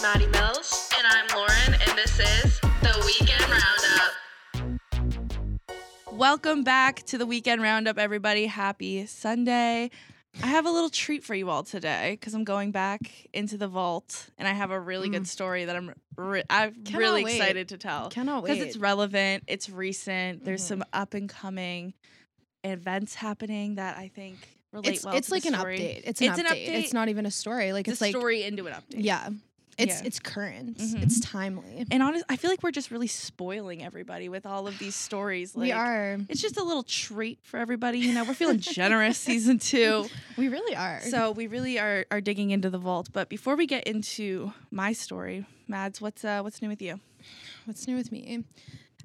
Maddie Mills. And I'm Lauren, and this is the Weekend Roundup. Welcome back to the Weekend Roundup, everybody. Happy Sunday. I have a little treat for you all today because I'm going back into the vault and I have a really good story that I'm re- I'm Mm. Cannot really wait. excited to tell. Cannot because wait. Mm-hmm. it's relevant, it's recent. There's some up and coming events happening that I think relate it's, well. it's to the like an story. update. It's an, update. It's not even a story. Like It's, it's, a like story into an update. yeah. It's Yeah. it's current. Mhm. It's timely. And honest, I feel like we're just really spoiling everybody with all of these stories. Like, we are. It's just a little treat for everybody. You know, we're feeling generous season two. We really are. So we really are are digging into the vault. But before we get into my story, Mads, what's uh what's new with you? what's new with me?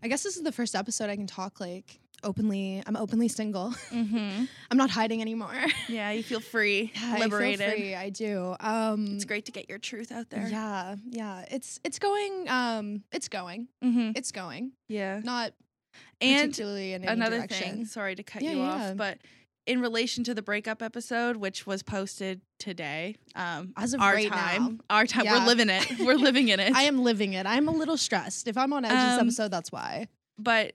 I guess this is the first episode I can talk like openly. I'm openly single. Mm-hmm. I'm not hiding anymore. Yeah, you feel free, I feel liberated. free, I do. Um It's great to get your truth out there. Yeah, yeah. It's it's going um it's going. Mm-hmm. It's going. Yeah. Not And particularly in any another direction. thing sorry to cut Yeah, you yeah. off but in relation to the breakup episode which was posted today um As of our right time now. our time Yeah. we're living it we're living in it I am living it. I'm a little stressed. If I'm on edge this Um, episode, that's why. but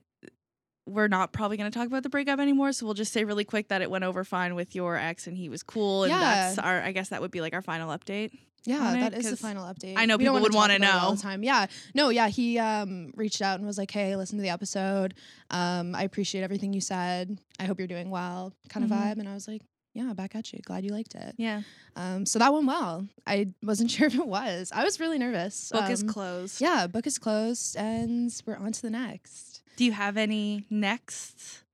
we're not probably going to talk about the breakup anymore so we'll just say really quick that it went over fine with your ex and he was cool and Yeah. that's our i guess that would be like our final update on Yeah, it, that is the 'cause final update. I know We people don't wanna would talk wanna about it all know. the time. Yeah, no, yeah. He um, reached out and was like, "Hey, listen to the episode. Um, I appreciate everything you said. I hope you're doing well." Kind of Mhm. vibe, and I was like, "Yeah, back at you. Glad you liked it." yeah Um, so that went well. I wasn't sure if it was. I was really nervous. book is Um, closed Yeah, book is closed, and we're on to the next. do you have any next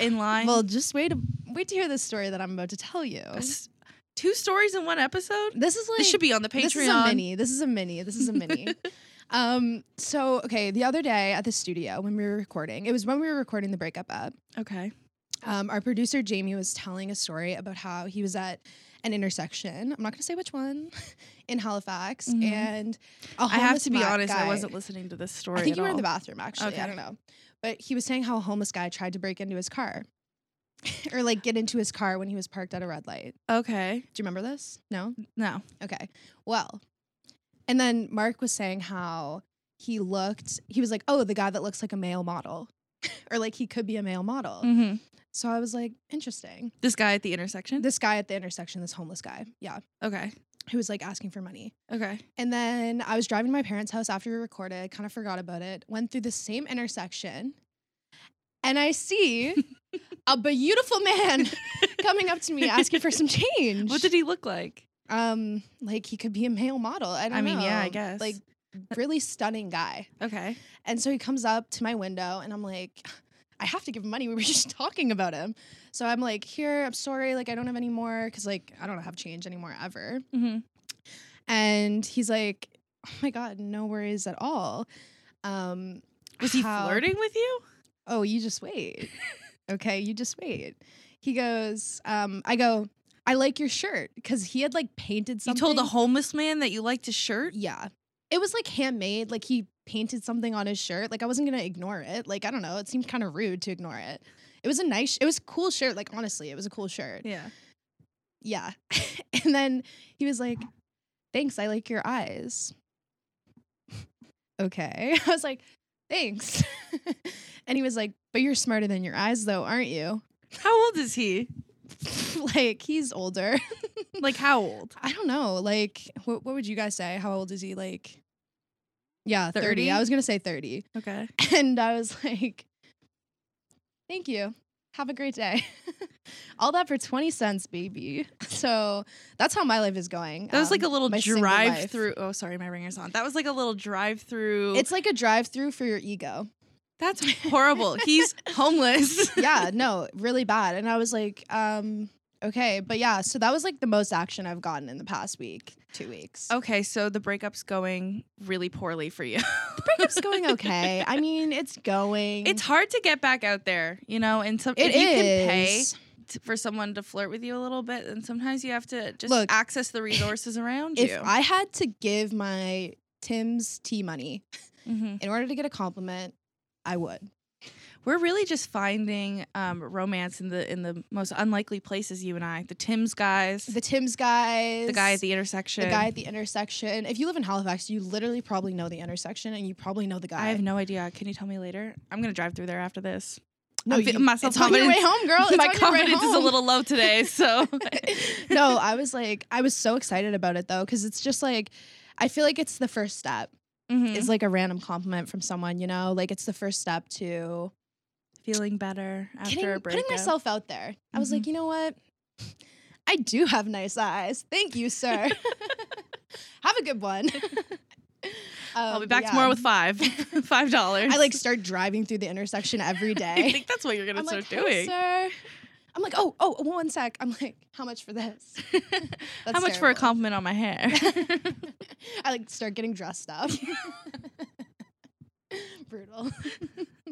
in line well, just wait. To, wait to hear this story that I'm about to tell you. That's two stories in one episode This is like this should be on the patreon This is a mini. This is a mini. This is a mini. um. So okay, the other day at the studio when we were recording, it was when we were recording the breakup up. okay Um, our producer Jamie was telling a story about how he was at an intersection. I'm not going to say which one in Halifax, Mhm. and a I have homeless to be ma- honest, I guy- wasn't listening to this story. I think at you were in all. the bathroom actually. Okay. I don't know, but he was saying how a homeless guy tried to break into his car. or like get into his car when he was parked at a red light. Okay. Do you remember this? No. No. Okay. Well, and then Mark was saying how he looked, he was like, oh, the guy that looks like a male model, or like he could be a male model. Mm-hmm. So I was like, interesting. This guy at the intersection. This guy at the intersection, this homeless guy, yeah, okay. who was like asking for money. Okay. And then I was driving to my parents' house after we recorded, kind of forgot about it, went through the same intersection, and I see a beautiful man coming up to me asking for some change. What did he look like? Um, like he could be a male model. I don't I mean, yeah, I know. guess. Uh Like really stunning guy. Okay. And so he comes up to my window and I'm like, I have to give him money. We were just talking about him. So I'm like, here, I'm sorry, like I don't have any more cuz like I don't have change anymore ever. Mm-hmm. And he's like, "Oh my god, no worries at all." Um Was he how- flirting with you? Oh, you just wait. okay, you just wait. He goes, um I go, "I like your shirt" cuz he had like painted something You told a homeless man that you liked his shirt. Yeah. It was like handmade. Like he painted something on his shirt. Like I wasn't gonna ignore it. Like I don't know. It seemed kind of rude to ignore it. It was a nice. It was a cool shirt. Like honestly, it was a cool shirt. Yeah. Yeah. and then he was like, "Thanks. I like your eyes." okay. I was like, "Thanks." and he was like, "But you're smarter than your eyes, though, aren't you?" How old is he? like he's older. Like how old? I don't know. Like, what, what would you guys say? How old is he? Like, yeah, 30. 30? I was going to say 30. Okay. And I was like, thank you. Have a great day. All that for 20 cents, baby. So that's how my life is going. That was like a um, little my single drive life. through. Oh, sorry, my ringer's on. That was like a little drive through. It's like a drive through for your ego. that's horrible. He's homeless. yeah, no, really bad. And I was like, um, okay. But yeah, so that was like the most action I've gotten in the past week, two weeks. Okay, so the breakup's going really poorly for you. The breakup's going okay. I mean, it's going. It's hard to get back out there, you know, and some if It you can pay is. t- for someone to flirt with you a little bit, and sometimes you have to just Look, access the resources around you. If I had to give my Tim's tea money Mhm. in order to get a compliment, I would. we're really just finding um, romance in the in the most unlikely places. You and I, the Tim's guys, the, The Tim's guys. guy at the intersection. the guy at the intersection. If you live in Halifax, you literally probably know the intersection and you probably know the guy. I have no idea. Can you tell me later? I'm gonna drive through there after this. no, I'm fe- you, my it's on your self-confidence- way home, girl. It's My on your way confidence is a home. little low today, so no, I was like, I was so excited about it though, because it's just like, I feel like it's the first step. Mhm. It's like a random compliment from someone, you know, like it's the first step to feeling better after getting, a putting breakup. Mm-hmm. myself out there. I was like, you know what? I do have nice eyes. Thank you, sir. have a good one. I'll Um, be but back yeah. tomorrow with five, five dollars. I like start driving through the intersection every I day. think that's what you're gonna I'm start like, "Hey, doing. sir. I'm like, oh, oh, one sec. I'm like, how much for this? That's How much for a terrible. compliment on my hair? I like start getting dressed up. Brutal.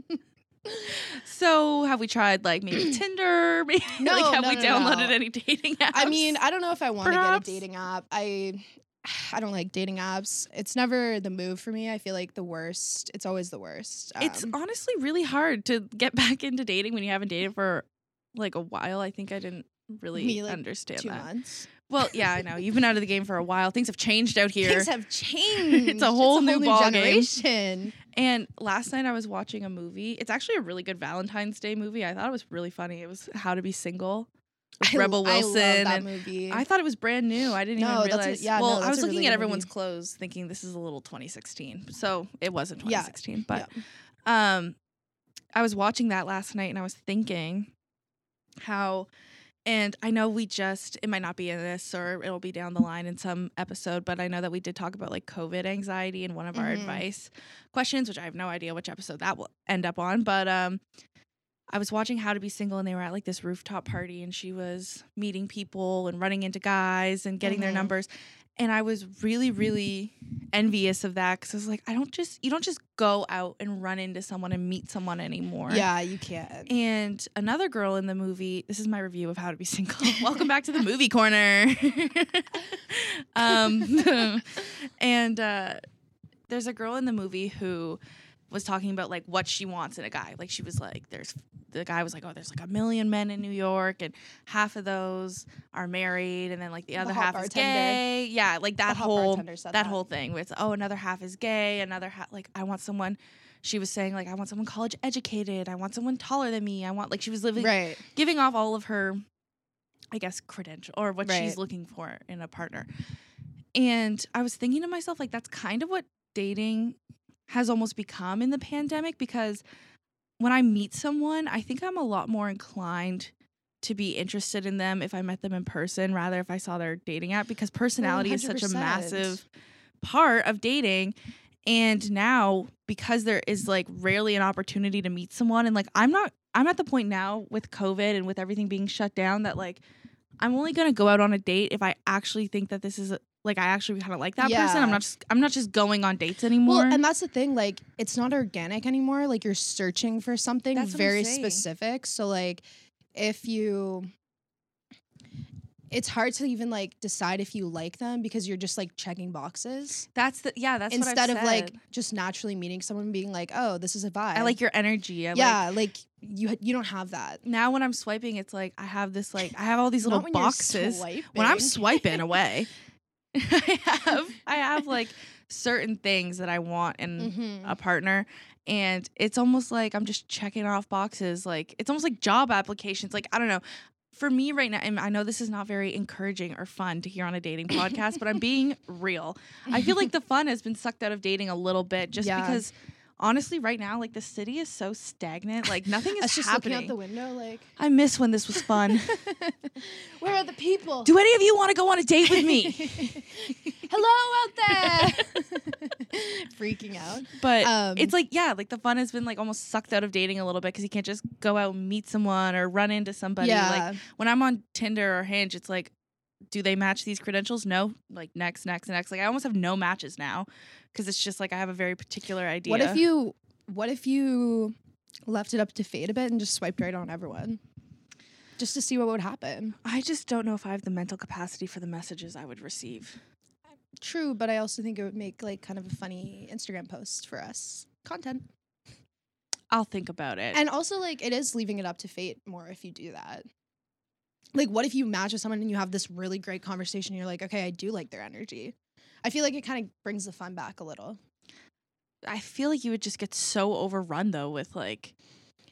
so have we tried like maybe Tinder? Maybe No, like have no, we no, downloaded no. any dating apps? I mean, I don't know if I want to get a Perhaps. dating app. I I don't like dating apps. It's never the move for me. I feel like the worst. It's always the worst. it's Um, honestly really hard to get back into dating when you haven't dated for like a while. I think I didn't really Me, like, understand two that. months. Well, yeah, I know. You've been out of the game for a while. Things have changed out here. Things have changed. whole new ballgame. generation. And last night I was watching a movie. It's actually a really good Valentine's Day movie. I thought it was really funny. It was How to Be Single with I l- Rebel I love Wilson. that and movie. I thought it was brand new. I didn't No, even that's a- realize. yeah, no, well, I that's was a looking really at good everyone's movie. clothes, thinking this is a little 2016. So it wasn't Yeah. 2016, but um, I was watching that last night and I was thinking how, and I know we just it might not be in this or it'll be down the line in some episode, but I know that we did talk about like COVID anxiety and one of our Mhm. advice questions, which I have no idea which episode that will end up on, but um. I was watching How to Be Single and they were at like this rooftop party and she was meeting people and running into guys and getting their Mhm. numbers. And I was really, really envious of that because I was like, I don't just, you don't just go out and run into someone and meet someone anymore. yeah, you can't. And another girl in the movie, this is my review of How to Be Single. Welcome back to the movie corner. um, and uh, there's a girl in the movie who was talking about like what she wants in a guy. Like she was like, there's the guy was like, oh, there's like a million men in New York, and half of those are married, and then like the The other hot half is bartender. gay. Yeah, like that The hot whole bartender said that whole thing with oh another half is gay another half like i want someone she was saying like i want someone college educated i want someone taller than me i want like she was living right. giving off all of her i guess credential or what Right. she's looking for in a partner and i was thinking to myself like that's kind of what dating has almost become in the pandemic because when i meet someone i think i'm a lot more inclined to be interested in them if i met them in person rather if i saw their dating app because personality is such a 100%. massive part of dating and now because there is like rarely an opportunity to meet someone and like i'm not i'm at the point now with covid and with everything being shut down that like i'm only going to go out on a date if i actually think that this is like i actually kind of like that person i'm Yeah. not just i'm not just going on dates anymore Well, and that's the thing. Like, it's not organic anymore. Like, you're searching for something That's what I'm very saying. specific. So, like, if you, it's hard to even like decide if you like them because you're just like checking boxes that's the yeah that's what instead I've of like said. just naturally meeting someone and being like, oh, this is a vibe. i like your energy I like, yeah, like, you you don't have that. now when i'm swiping it's like i have this like i have all these Not little when you're boxes when I'm swiping. swiping away, I have I have like certain things that I want in Mhm. a partner, and it's almost like I'm just checking off boxes. Like it's almost like job applications. Like I don't know. For me right now, and I know this is not very encouraging or fun to hear on a dating podcast, but I'm being real. I feel like the fun has been sucked out of dating a little bit just Yeah. because honestly, right now, like the city is so stagnant. Like nothing is Us just happening. looking out the window, like, I miss when this was fun. where are the people? Do any of you want to go on a date with me? Hello out there. Freaking out. But Um, it's like, yeah, like the fun has been like almost sucked out of dating a little bit because you can't just go out and meet someone or run into somebody. Like when I'm on Tinder or Hinge, it's like, do they match these credentials? No. Like next, next, next. Like I almost have no matches now because it's just like I have a very particular idea. What if you what if you left it up to fate a bit and just swiped right on everyone? Just to see what would happen. I just don't know if I have the mental capacity for the messages I would receive. True, but I also think it would make like kind of a funny Instagram post for us. Content. I'll think about it. And also, like, it is leaving it up to fate more if you do that. Like, what if you match with someone and you have this really great conversation? And you're like, okay, I do like their energy. I feel like it kind of brings the fun back a little. I feel like you would just get so overrun though with like,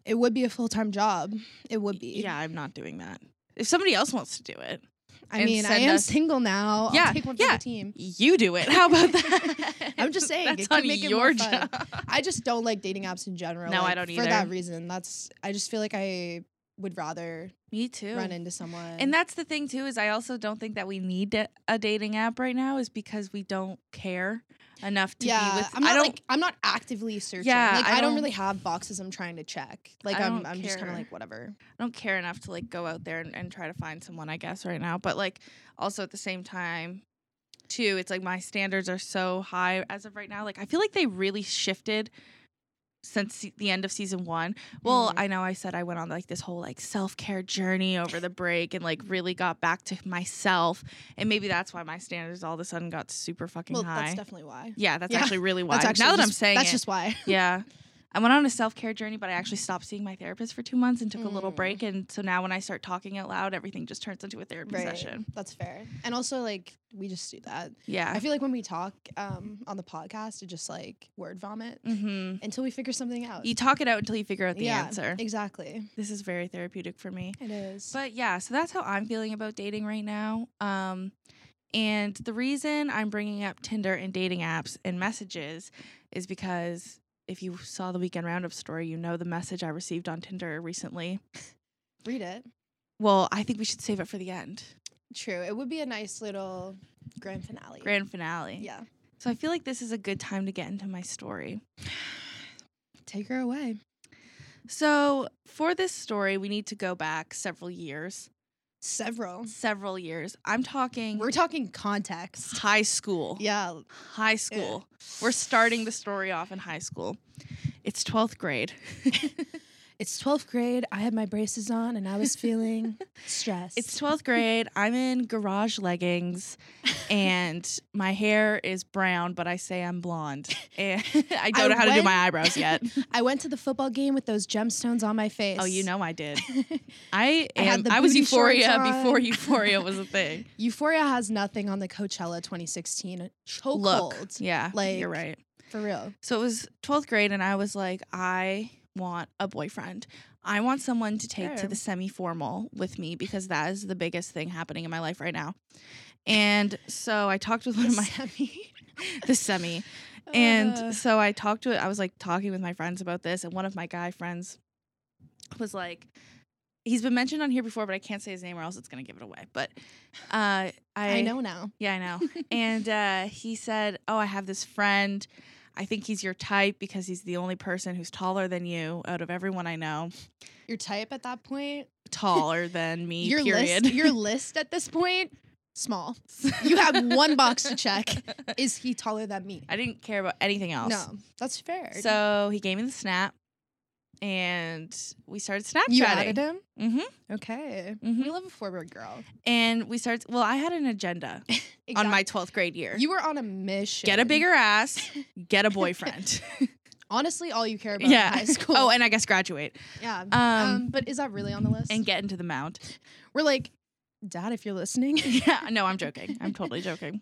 It would be a full time job. It would be. yeah, I'm not doing that. If somebody else wants to do it, I and mean, I send am us- single now. Yeah, I'll take one for yeah. the team. you do it. How about that? I'm just saying, That's it could on make it your more fun. job. I just don't like dating apps in general. No, I like, don't For that either. reason, that's I just feel like I would rather Me too. run into someone. And that's the thing too is I also don't think that we need a- a dating app right now is because we don't care enough to yeah, be with. I'm not I don't. like I'm not actively searching. Yeah, like I I don't, don't- really have boxes I'm trying to check. Like I I'm don't I'm just kind of care. like whatever. I don't care enough to like go out there and, and try to find someone. I guess right now, but like also at the same time, too, it's like my standards are so high as of right now. Like I feel like they really shifted since se- the end of season one. Well, Mhm. I know I said I went on like this whole like self care journey over the break and like really got back to myself, and maybe that's why my standards all of a sudden got super fucking Well, high. that's definitely why. Yeah, that's Yeah. actually really why. That's actually now that just- I'm saying that's it, just why. yeah, I went on a self care journey, but I actually stopped seeing my therapist for two months and took a little Mm. break. And so now when I start talking out loud, everything just turns into a therapy Right. session. That's fair. And also like we just do that. I Yeah. feel like when we talk um on the podcast, it just like word vomit Mm-hmm. until we figure something out. You talk it out until you figure out the Uh, yeah, answer. Exactly. This is very therapeutic for me. It is. But yeah, so that's how I'm feeling about dating right now. Um, and the reason I'm bringing up Tinder and dating apps and messages is because if you saw the weekend roundup story, you know the message I received on Tinder recently. read it. Well, I think we should save it for the end. True. It would be a nice little grand finale. Grand finale. Yeah. So I feel like this is a good time to get into my story. Take her away. So for this story, we need to go back several years. Several. Several years. I'm talking Mm. We're talking context. high school. Yeah. High school. We're starting the story off in high school. It's 12th grade. It's 12th grade. I had my braces on and I was feeling stressed. It's 12th grade. I'm in garage leggings and my hair is brown, but I say I'm blonde. And I don't I know how to do went- my eyebrows yet. I went to the football game with those gemstones on my face. Oh, you know I did. I I had am, the I, was booty shorts euphoria before on. euphoria was a thing. Euphoria has nothing on the Coachella 2016 chokehold. Look, yeah, Like- you're right. For real. So it was 12th grade, and I was like, I want a boyfriend. I want someone to take to Sure. the semi formal with me because that is the biggest thing happening in my life right now. And so I talked with one of my Sammy. the semi, Uh, and so I talked to it. I was like talking with my friends about this, and one of my guy friends was like, he's been mentioned on here before, but I can't say his name or else it's gonna give it away. But uh, I, I know now. yeah, I know. and uh, he said, "Oh, I have this friend. I think he's your type because he's the only person who's taller than you out of everyone I know. Your type at that point. Taller than me. Your period. list. Your list at this point. Small. You have one box to check. Is he taller than me? I didn't care about anything else. No, that's fair. So he gave me the snap, and we started Snapchatting. you added him. Mm-hmm. Okay. Mhm. We love a forward girl. And we started. Well, I had an agenda on my Exact- twelfth grade year. You were on a mission. get a bigger ass. Get a boyfriend. Honestly, all you care about yeah. in high school. Oh, and I guess graduate yeah. Um, um, but is that really on the list? and get into the mound. we're like, Dad, if you're listening, yeah, no, I'm joking. I'm totally joking.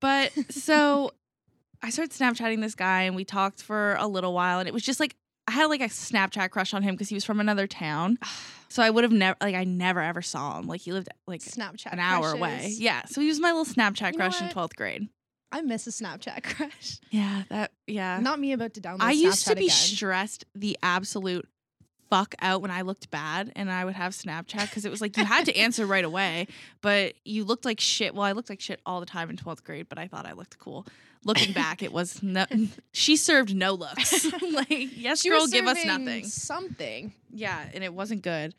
But so I started Snapchatting this guy and we talked for a little while and it was just like I had like a Snapchat crush on him because he was from another town. So I would have never like I never ever saw him. Like he lived like Snapchat an hour away. crushes. Yeah. So he was my little Snapchat You know crush in what? 12th grade. I miss a Snapchat crush. Yeah, that yeah. Not me about to download. I used to Snapchat be again. stressed the absolute fuck out when I looked bad and I would have Snapchat because it was like you had to answer right away, but you looked like shit. Well, I looked like shit all the time in 12th grade, but I thought I looked cool. Looking back, it was no, she served no looks. like, yes, She girl, was give us serving nothing. Something. Yeah, and it wasn't good.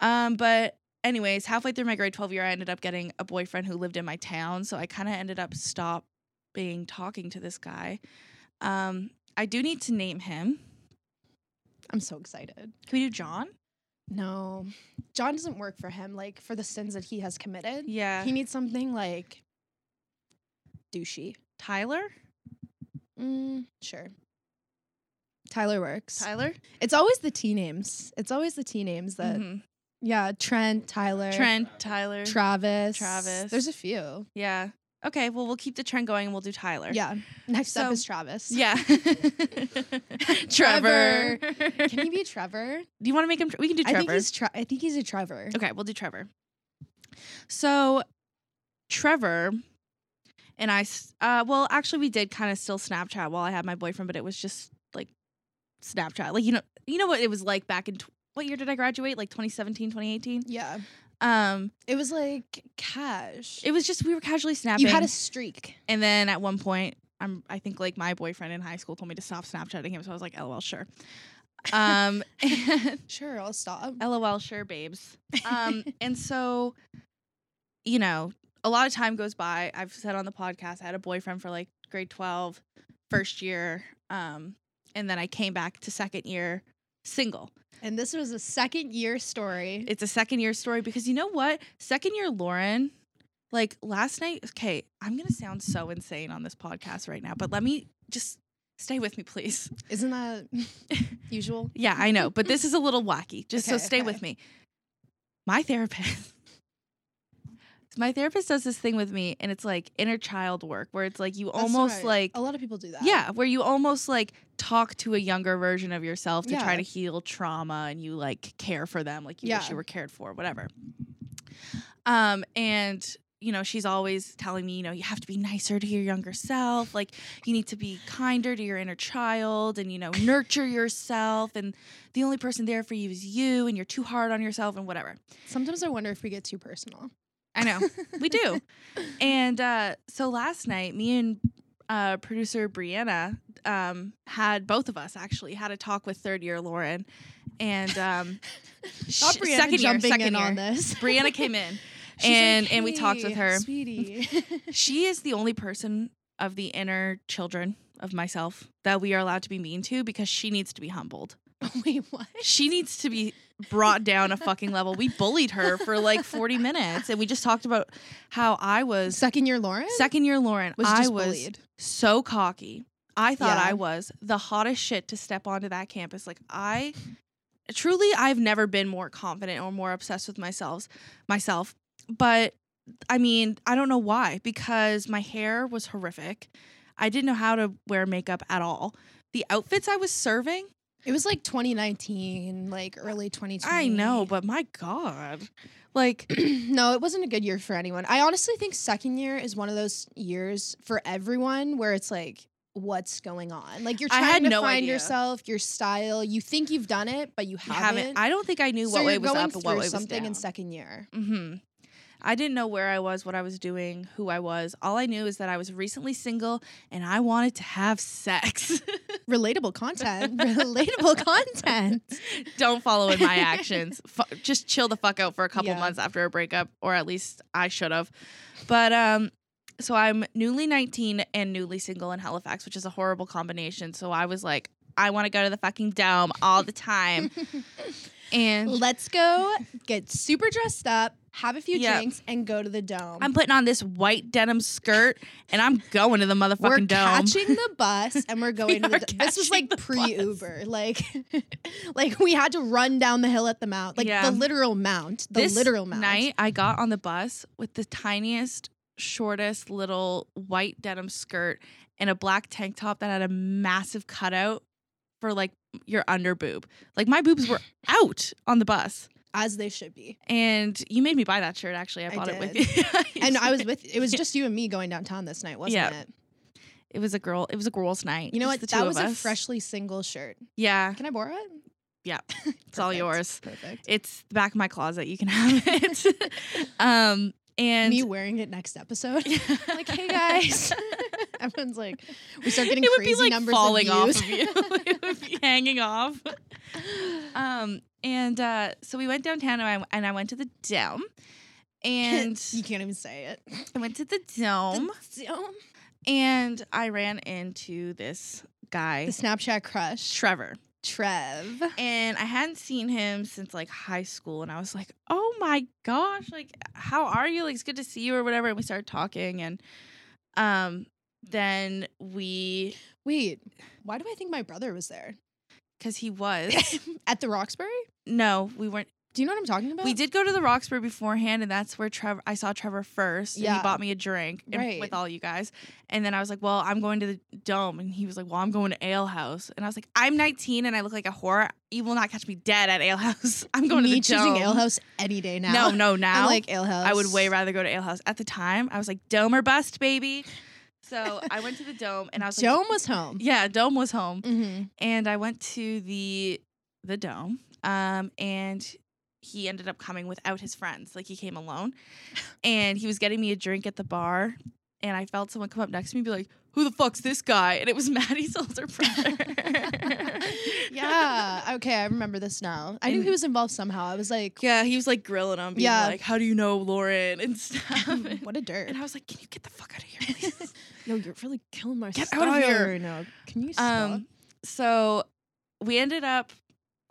Um, but anyways, halfway through my grade 12 year, I ended up getting a boyfriend who lived in my town. So I kind of ended up stopping talking to this guy. Um, I do need to name him. I'm so excited. Can we do John? No, John doesn't work for him. Like for the sins that he has committed, Yeah. he needs something like douchey. Tyler? Mm, sure. Tyler works. Tyler? It's always the T names. It's always the T names that Mhm. yeah, Trent, Tyler, Trent, Tyler. Travis. Travis. There's a few. yeah. Okay, well, we'll keep the trend going and we'll do Tyler. Yeah. Next up So- is Travis. Yeah. Trevor. Can he be Trevor? do you want to make him? Tre- we can do I Trevor. think he's tre- I think he's a Trevor. Okay, we'll do Trevor. So, Trevor and I, s- uh, well, actually, we did kind of still Snapchat while I had my boyfriend, but it was just like Snapchat. Like, you know, you know what it was like back in, tw- what year did I graduate? Like 2017, 2018? Yeah. Um, It was like cash. it was just, we were casually snapping. you had a streak. and then at one point, I'm, I think like my boyfriend in high school told me to stop Snapchatting him. So I was like, lol, sure. Um, and- Sure, I'll stop. LOL, sure, babes. Um, and so, you know, a lot of time goes by. I've said on the podcast, I had a boyfriend for like grade 12, first year. Um, and then I came back to second year single. and this was a second year story. It's a second year story because you know what? Second year Lauren, like last night, okay, I'm going to sound so insane on this podcast right now, but let me just stay with me, please. Isn't that usual? Yeah, I know, but this is a little wacky. Just so Okay, stay with me. My therapist. My therapist does this thing with me and it's like inner child work where it's like you That's almost right. like a lot of people do that. yeah, where you almost like talk to a younger version of yourself to try Yeah. to heal trauma and you like care for them like you wish Yeah. you were cared for, whatever. Um and you know, she's always telling me, you know, you have to be nicer to your younger self, like you need to be kinder to your inner child and you know, nurture yourself and the only person there for you is you and you're too hard on yourself and whatever. Sometimes I wonder if we get too personal. I know. we do. And uh, so last night, me and uh, producer Brianna um, had both of us actually had a talk with third year Lauren, and um, Not sh- Brianna jumping in on this. Brianna came in. She's like, and and we talked with "Hey, her. sweetie. She is the only person of the inner children of myself that we are allowed to be mean to because she needs to be humbled. Wait, what? She needs to be brought down a fucking level. We bullied her for like 40 minutes and we just talked about how I was Second year Lauren Second year Lauren, was I just was bullied. so cocky. I thought Yeah. I was the hottest shit to step onto that campus. Like I truly I've never been more confident or more obsessed with myself myself. But I mean, I don't know why because my hair was horrific. I didn't know how to wear makeup at all. The outfits I was serving, It was like 2019, like early 2020. I know, but my god. Like no, it wasn't a good year for anyone. I honestly think second year is one of those years for everyone where it's like, what's going on? Like you're I trying had to no find idea. yourself, your style. You think you've done it, but you haven't. haven't I don't think I knew so what you're way was going up and what through way was something down. in second year. hmm I didn't know where I was, what I was doing, who I was. All I knew is that I was recently single and I wanted to have sex. Relatable content. Relatable content. Don't follow in my actions. Fu- just chill the fuck out for a couple Yeah. months after a breakup, or at least I should have. But um, so I'm newly 19 and newly single in Halifax, which is a horrible combination. So I was like, I want to go to the fucking dome all the time. and Let's go get super dressed up, have a few Yeah. drinks, and go to the dome. I'm putting on this white denim skirt and I'm going to the motherfucking we're dome. catching the bus and we're going are to the, this was catching like the pre Uber like like we had to run down the hill at the mount like Yeah. the literal mount the this literal mount night I got on the bus with the tiniest, shortest little white denim skirt and a black tank top that had a massive cutout for like your under boob. Like my boobs were out on the bus, as they should be and you made me buy that shirt. Actually, I I bought it with did. you. and I was with it was just you and me going downtown this night wasn't Yeah. it It was a girl. It was a girls' night. you know just what the two that of was a us. freshly single shirt Yeah, can I borrow it Yeah. it's all Perfect. yours. perfect It's the back of my closet. You can have it. um, and me wearing it next episode like hey guys everyone's like we start getting it would crazy be like numbers falling of off views. of you. it would be hanging off. Um, and uh, so we went downtown, and I, and I went to the dome, and you can't even say it I went to the dome, Dome. and I ran into this guy, the Snapchat crush, Trevor, Trev. and I hadn't seen him since like high school, and I was like, "Oh my gosh, like how are you? Like it's good to see you or whatever." And we started talking, and um, then we Wait, why do I think my brother was there? because he was. At the Roxbury? no, we weren't. Do you know what I'm talking about? We did go to the Roxbury beforehand, and that's where Trevor. I saw Trevor first, and Yeah. he bought me a drink and- Right. with all you guys. And then I was like, "Well, I'm going to the Dome," and he was like, "Well, I'm going to Ale House." And I was like, "I'm 19 and I look like a whore. You will not catch me dead at Ale House. I'm going to Me the choosing Dome." Alehouse any day now. No, no, now I like Alehouse. I would way rather go to Ale House. At the time, I was like, "Dome or bust, baby." So I went to the Dome, and I was like, Joan was home. Yeah, Dome was home, Mm-hmm. and I went to the the Dome, um, and he ended up coming without his friends. Like he came alone, and he was getting me a drink at the bar, and I felt someone come up next to me and be like, "Who the fuck's this guy?" And it was Maddie's older brother. yeah. Okay, I remember this now. I knew And- he was involved somehow. I was like, Yeah, he was like grilling him, being Yeah. like, "How do you know Lauren?" and stuff. And, "Hmm, what a dirt. I was like, "Can you get the fuck out of here, please?" Yo, you're really killing my Get out of style here. right now. Can you stop? Um, so we ended up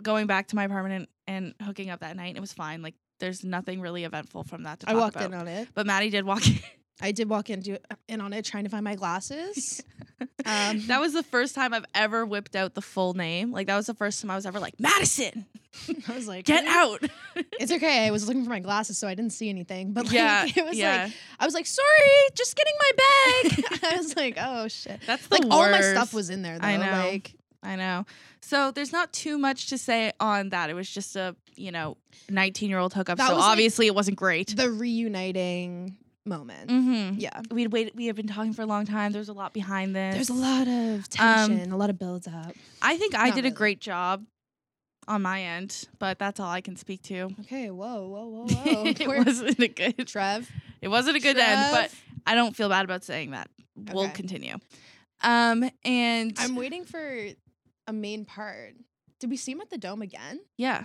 going back to my apartment and, and hooking up that night. It was fine. Like, there's nothing really eventful from that to I talk walked about. in on it. But Maddie did walk in. I did walk into in on it trying to find my glasses. Um, that was the first time I've ever whipped out the full name. Like, that was the first time I was ever like, Madison, I was like, get "Really?" out. It's okay. I was looking for my glasses, so I didn't see anything. But like, yeah. it was yeah. like I was like, sorry, just getting my bag. I was like, oh shit. That's the Like all my worst. stuff was in there though. I know. Like I know. So there's not too much to say on that. It was just a, you know, 19 year old hookup. That so was, like, obviously it wasn't great. the reuniting moment. mm-hmm. Yeah. We'd wait. We have been talking for a long time. There's a lot behind this. There's a lot of um, tension, a lot of build up. I think I Not did a really. great job on my end, but that's all I can speak to. Okay, whoa, whoa, whoa, whoa. it We're- wasn't a good. Trev. It wasn't a good end, but I don't feel bad about saying that. We'll Okay. continue. Um and I'm waiting for a main part. Did we see him at the dome again? yeah.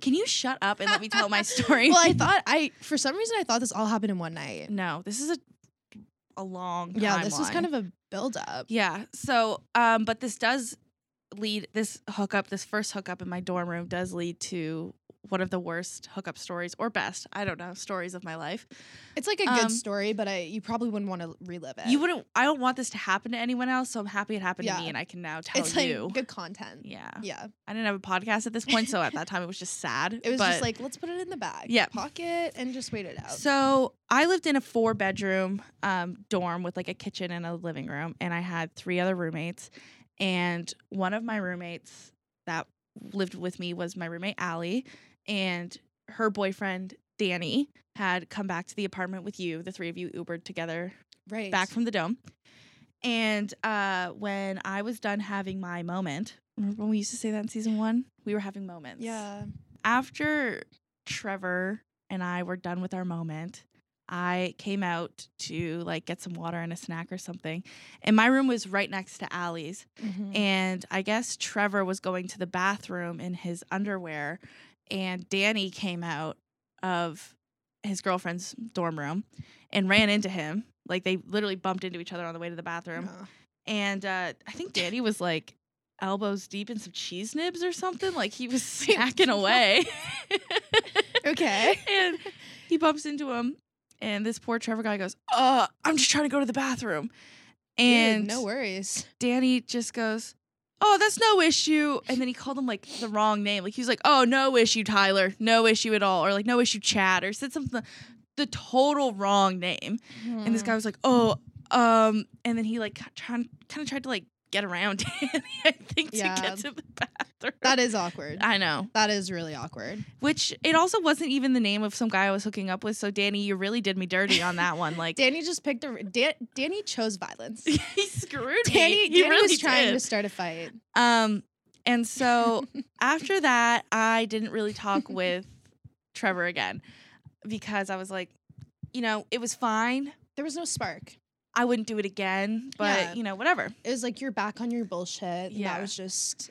Can you shut up and let me tell my story? well, I thought I for some reason I thought this all happened in one night. no, this is a a long. Yeah, this was timeline. kind of a build up. Yeah. So, um, but this does lead this hookup, this first hookup in my dorm room does lead to one of the worst hookup stories or best, I don't know, stories of my life. It's like a good Um, story, but I you probably wouldn't want to relive it. You wouldn't I don't want this to happen to anyone else, so I'm happy it happened Yeah. to me and I can now tell It's like you. good content. yeah. Yeah. I didn't have a podcast at this point, so at that time it was just sad. It was but- just like let's put it in the bag, Yeah. pocket, and just wait it out. So I lived in a four bedroom um, dorm with like a kitchen and a living room, and I had three other roommates. And one of my roommates that lived with me was my roommate Allie, and her boyfriend Danny had come back to the apartment with you. The three of you Ubered together right. back from the dome. And uh, when I was done having my moment, remember when we used to say that in season one? We were having moments yeah. after Trevor and I were done with our moment, I came out to like get some water and a snack or something. And my room was right next to Allie's. Mhm. And I guess Trevor was going to the bathroom in his underwear. And Danny came out of his girlfriend's dorm room and ran into him. Like they literally bumped into each other on the way to the bathroom. Yeah. And uh, I think Danny was like elbows deep in some cheese nibs or something. Like he was Wait, snacking away. Okay. and he bumps into him, and this poor Trevor guy goes, "Uh, I'm just trying to go to the bathroom." Dude, And no worries. Danny just goes, "Oh, that's no issue." And then he called him like the wrong name. Like he was like, "Oh, no issue, Tyler. No issue at all." Or like, "No issue, Chad." Or said something the total wrong name. And Mm. this guy was like, "Oh, um," and then he like trying, kind of tried to like get around Danny, I think, Yeah. to get to the bathroom. That is awkward. I know. that is really awkward. Which it also wasn't even the name of some guy I was hooking up with. So Danny, you really did me dirty on that one. Like Danny just picked a. Dan, Danny chose violence. he screwed me. Danny, he Danny really was trying to did. start a fight. Um, and so after that, I didn't really talk with Trevor again because I was like, you know, it was fine. There was no spark. I wouldn't do it again, but Yeah. you know, whatever. It was like you're back on your bullshit. Yeah. Yeah. That was just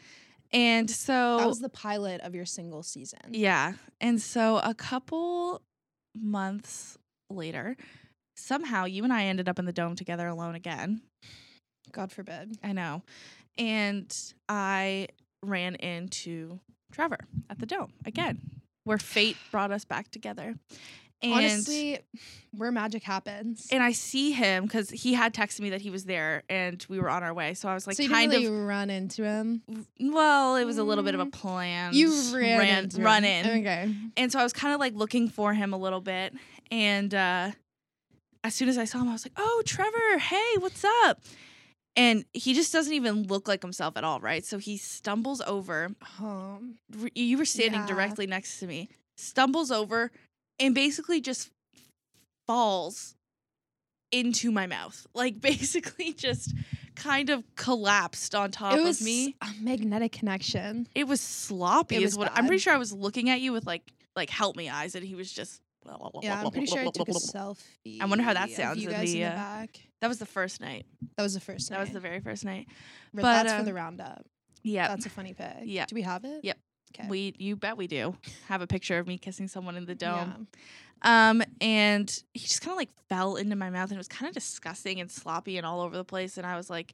And so that was the pilot of your single season. Yeah. And so a couple months later, somehow you and I ended up in the dome together alone again. God forbid. I know. And I ran into Trevor at the dome again, where fate brought us back together. And Honestly, where magic happens. and I see him because he had texted me that he was there and we were on our way. So I was like, so you kind didn't really run into him. of, well, it was a little bit of a Mm. plan. You ran, Oh into run in. him. Okay. And so I was kind of like looking for him a little bit. And uh, as soon as I saw him, I was like, oh, Trevor, hey, what's up? And he just doesn't even look like himself at all, right? So he stumbles over. Um, r- You were standing Yeah. directly next to me, stumbles over and basically just falls into my mouth. Like basically just kind of collapsed on top it was of me. a magnetic connection. It was sloppy. It is was what I'm pretty bad. sure I was looking at you with like like help me eyes, and he was just. Yeah, I'm pretty sure I took a selfie. I wonder how that of sounds You in guys the, in uh, the back. That was the first night. That was the first. That was the night. very first night. but, Re- that's for the um, roundup. Yeah, That's a funny pic. Yeah. Do we have it? Yep. Okay. we you bet we do have a picture of me kissing someone in the dome. Yeah. Um, and he just kind of like fell into my mouth, and it was kind of disgusting and sloppy and all over the place. And I was like,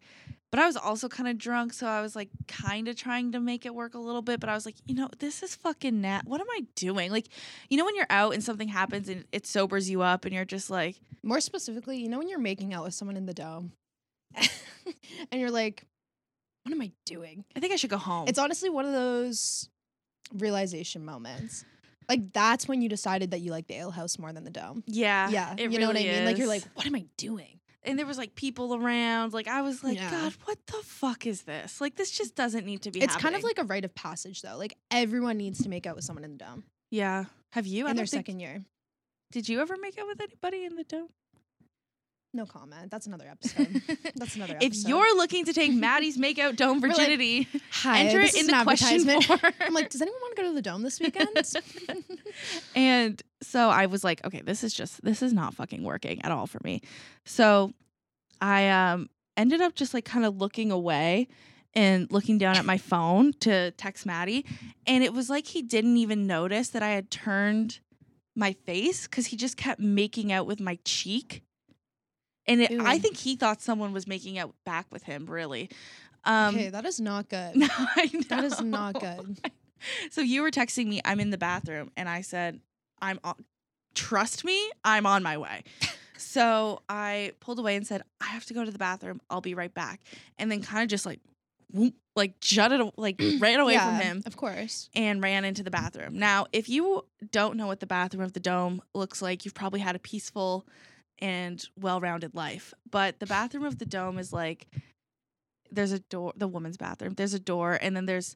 but I was also kind of drunk, so I was like kind of trying to make it work a little bit. But I was like, you know, this is fucking nat. What am I doing? Like, you know, when you're out and something happens and it sobers you up, and you're just like. More specifically, you know when you're making out with someone in the dome, and you're like, "What am I doing?" I think I should go home. It's honestly one of those realization moments. Like that's when you decided that you like the ale house more than the dome. yeah, Yeah, It you know what I mean. really Like you're is. like, "What am I doing?" and there was like people around. Like I was like, Yeah. God, what the fuck is this? Like this just doesn't need to be. It's kind of happening." like a rite of passage though. Like everyone needs to make out with someone in the dome yeah. Have you? I don't in their think- second year. Did you ever make out with anybody in the dome? No comment. That's another episode. That's another episode. if you're looking to take Maddie's makeout dome We're like, virginity, Hi, enter this it is in an the question advertisement. form. I'm like, does anyone want to go to the dome this weekend? and so I was like, okay, this is just this is not fucking working at all for me. So I um ended up just like kind of looking away and looking down at my phone to text Maddie, and it was like he didn't even notice that I had turned my face because he just kept making out with my cheek. And it, I Ew. think he thought someone was making out back with him, really. Um, okay, that is not good. no, I know. That is not good. So you were texting me, I'm in the bathroom, and I said, I'm on, trust me, I'm on my way. so I pulled away and said, I have to go to the bathroom. I'll be right back. And then kind of just like, whoop, like jutted, a- like ran away from Yeah, him Of course. and ran into the bathroom. Now, if you don't know what the bathroom of the dome looks like, you've probably had a peaceful and well-rounded life. But the bathroom of the dome is like there's a door, the woman's bathroom. There's a door and then there's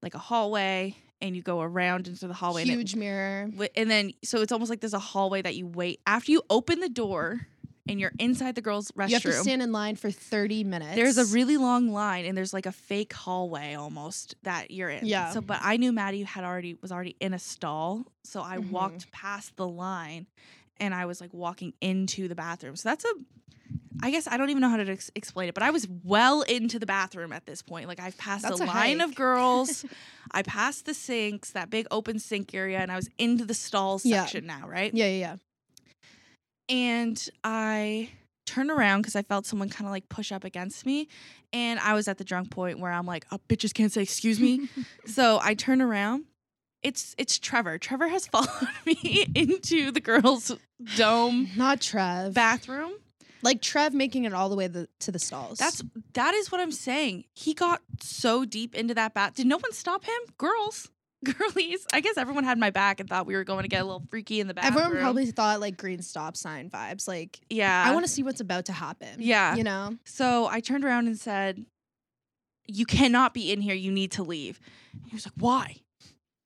like a hallway and you go around into the hallway and it Huge mirror. Wi- and then so it's almost like there's a hallway that you wait after you open the door and you're inside the girls' restroom. You have to stand in line for 30 minutes. There's a really long line and there's like a fake hallway almost that you're in. Yeah. So but I knew Maddie had already was already in a stall. So I Mhm. walked past the line and I was like walking into the bathroom. So that's a I guess I don't even know how to ex- explain it, but I was well into the bathroom at this point. Like I've passed That's a a line of hike. girls. I passed the sinks, that big open sink area, and I was into the stalls Yeah. section now, right? Yeah, yeah, yeah. and I turned around because I felt someone kind of like push up against me, and I was at the drunk point where I'm like, "Oh, bitches can't say excuse me." so I turn around. It's it's Trevor. Trevor has followed me into the girls' dome Not Trev. bathroom. Like Trev making it all the way the, to the stalls. That's that is what I'm saying. He got so deep into that bat. Did no one stop him? Girls, girlies. I guess everyone had my back and thought we were going to get a little freaky in the bathroom. everyone probably thought like green stop sign vibes. Like yeah. I want to see what's about to happen. Yeah. You know? So I turned around and said, You cannot be in here. You need to leave. He was like, Why?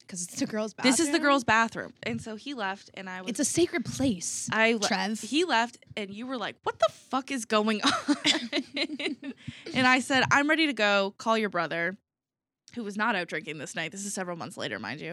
Because it's the girls' bathroom. This is the girls' bathroom. And so he left and I was It's a sacred place. I le- Trev. he left and you were like, What the fuck is going on? and I said, I'm ready to go. Call your brother, who was not out drinking this night. This is several months later, mind you.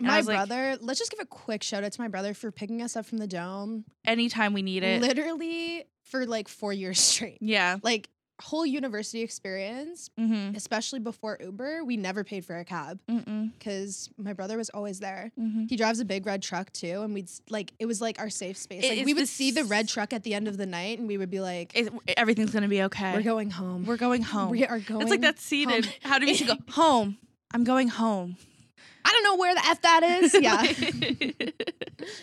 And I my was like- brother, let's just give a quick shout out to my brother for picking us up from the dome Anytime we need it. literally for like four years straight. yeah. Like whole university experience, Mm-hmm. especially before Uber, we never paid for a cab Mm-mm. because my brother was always there. Mm-hmm. He drives a big red truck too, and we'd s- like it was like our safe space. It Like is we would the see the red s- truck at the end of the night, and we would be like, It, everything's going to be okay. "We're going home. We're going home. We are going." That's like that scene in home. How Do We Used to Go Home. I'm going home. I don't know where the F that is. Yeah. Yeah.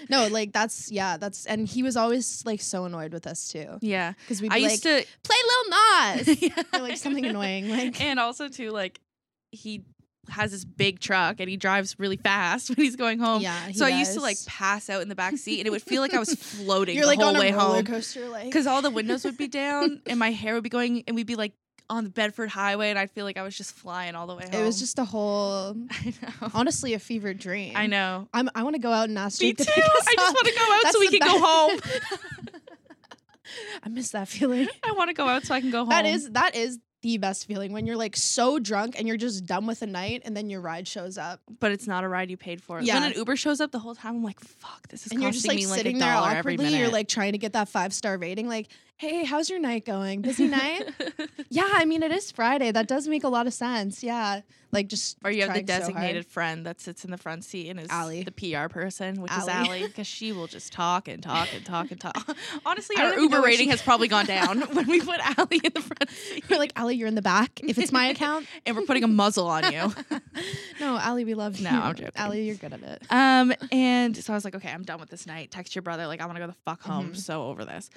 no, like that's, yeah, that's, and he was always like so annoyed with us too. yeah. Cause we'd be I like, used to play Lil Nas. Yeah. or like something annoying. Like, And also too, like he has this big truck and he drives really fast when he's going home. yeah. he so I used to like does. pass out in the back seat and it would feel like I was floating You're the like whole on a way roller home. coaster. Like, Because all the windows would be down and my hair would be going and we'd be like on the Bedford Highway and I'd feel like I was just flying all the way home. it was just a whole, I know. honestly, a fever dream. I know. I'm, I want to go out and ask Me Jake too. to pick us I just up. want to go out That's so we the can go best. home. I miss that feeling. I want to go out so I can go home. That is that is the best feeling when you're like so drunk and you're just done with the night and then your ride shows up but it's not a ride you paid for. Yeah. When an Uber shows up the whole time, I'm like, fuck, this is costing and you're just like me like sitting a there dollar every awkwardly. minute. You're like trying to get that five star rating. Like, hey, how's your night going? Busy night? yeah, I mean it is Friday. That does make a lot of sense. Yeah, like just Or you have the trying so hard. designated friend that sits in the front seat and is Ally. the PR person, which is Ally. Allie, because she will just talk and talk and talk and talk. Honestly, I don't our even know Uber where rating she- has probably gone down when we put Allie in the front seat. We're like, Ali, you're in the back. If it's my account, and we're putting a muzzle on you. no, Ali, we love No, you. I'm joking. Ali, you're good at it. Um, and so I was like, okay, I'm done with this night. Text your brother, like, I want to go the fuck home. Mhm. So over this.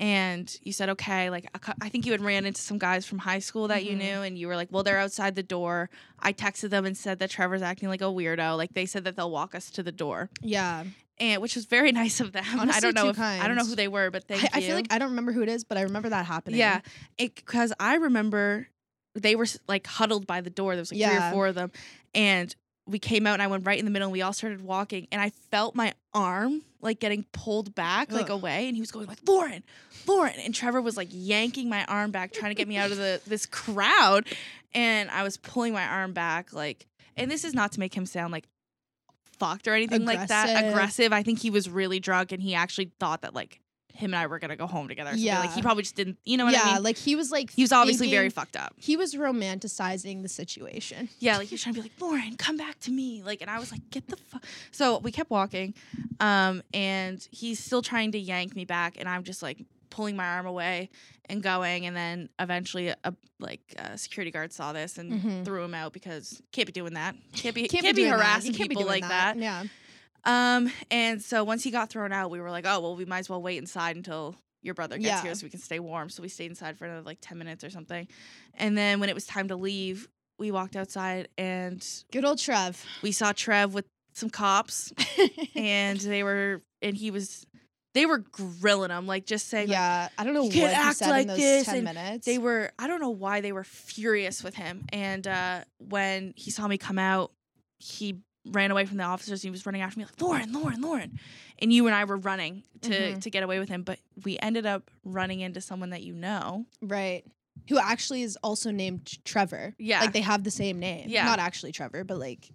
And you said, okay, like, a cou- I think you had ran into some guys from high school that you Mhm. knew, and you were like, well, they're outside the door. I texted them and said that Trevor's acting like a weirdo. Like, they said that they'll walk us to the door, Yeah, and which was very nice of them. I Honestly, don't know too if I don't know kind. who they were, but thank I, I you. feel like I don't remember who it is, but I remember that happening. Yeah, because I remember they were s- like huddled by the door. There was like three or Yeah. four of them, and we came out and I went right in the middle. and We all started walking, and I felt my arm like getting pulled back, like Ugh. away, and he was going like Lauren, Lauren, and Trevor was like yanking my arm back, trying to get me out of the this crowd, and I was pulling my arm back like. And this is not to make him sound like fucked or anything like that. Aggressive. Aggressive. I think he was really drunk and he actually thought that like him and I were gonna go home together. or something. Like Yeah. he probably just didn't you know what yeah, I mean? like he was like He was obviously very thinking- fucked up. he was romanticizing the situation. Yeah, like he was trying to be like, Lauren, come back to me. Like, and I was like, get the fuck. So we kept walking, um, and he's still trying to yank me back, and I'm just like pulling my arm away and going, and then eventually, a like a security guard saw this and Mhm. threw him out because can't be doing that. Mm-hmm. Can't be can't, be, doing that. You harassing can't be people doing like that. Yeah. Um, and so once he got thrown out, we were like, oh well, we might as well wait inside until your brother gets Yeah. here so we can stay warm. So we stayed inside for another like ten minutes or something, and then when it was time to leave, we walked outside and Good old Trev. we saw Trev with some cops, and they were and he was they were grilling him like just saying like, yeah. I don't know "You can't what he act said like in those this," 10 and minutes. they were i don't know why they were furious with him and uh when he saw me come out he ran away from the officers and he was running after me like lauren lauren lauren and you and i were running to Mhm. to get away with him but we ended up running into someone that you know right. Who actually is also named Trevor. yeah Like they have the same name. Yeah. Not actually Trevor, but like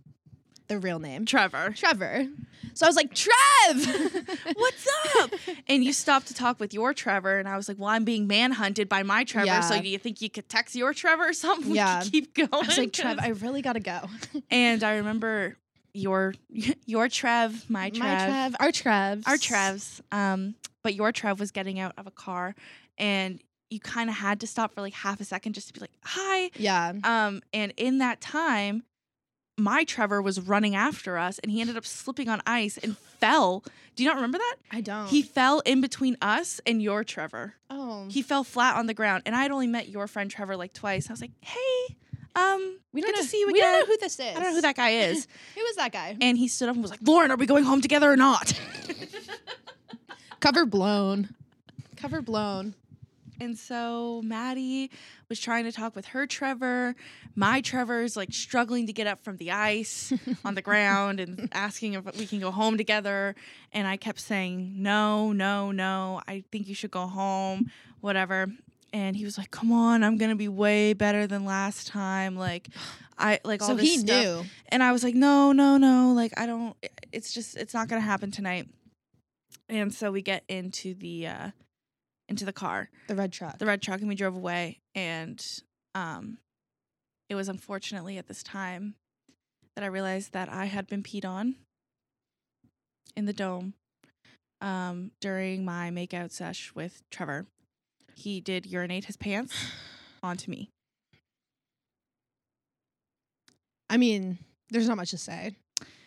the real name. trevor Trevor. So I was like, Trev! what's up and you stopped to talk with your trevor and i was like well i'm being manhunted by my trevor so Yeah. do you think you could text your trevor or something Yeah. we could keep going I was like, Trev, 'Cause- I really gotta go. and i remember your your trev my trev, My Trev. Our Trevs. our Trev's, um, but your Trev was getting out of a car, and you kind of had to stop for like half a second just to be like, "Hi." Yeah. Um, and in that time, my Trevor was running after us, and he ended up slipping on ice and fell. Do you not remember that? I don't. He fell in between us and your Trevor. oh. He fell flat on the ground, and I had only met your friend Trevor like twice. I was like, "Hey, um, we don't good know, to see you we don't again." know who this is. I don't know who that guy is." Who is that guy? and he stood up and was like, "Lauren, are we going home together or not?" Cover blown. Cover blown. And so Maddie was trying to talk with her Trevor. My Trevor's like struggling to get up from the ice on the ground and asking if we can go home together. And I kept saying, no, no, no. I think you should go home, whatever. And he was like, come on, I'm going to be way better than last time. Like, I like all so this he stuff. knew. And I was like, no, no, no. Like, I don't, it's just, it's not going to happen tonight. And so we get into the, uh, into the car The red truck. the red truck and we drove away and um it was unfortunately at this time that I realized that I had been peed on in the dome um during my makeout sesh with Trevor. He did urinate his pants onto me. I mean, There's not much to say.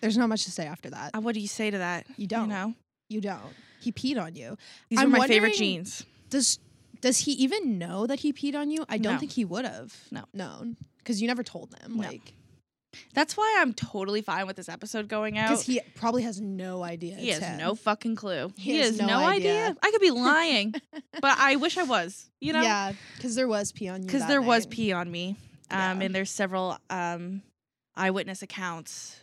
There's not much to say after that. Uh, what do you say to that? You don't. You know, You don't. He peed on you. these I'm were my favorite wondering- jeans. Does does he even know that he peed on you? I don't No. think he would have. No. Known. Because you never told them. No. Like That's why I'm totally fine with this episode going out. because he probably has no idea. He it's has him. no fucking clue. He has no idea. I could be lying, but I wish I was. You know, Yeah. Because there was pee on you. because that there was night. pee on me, um, Yeah. and there's several um, eyewitness accounts.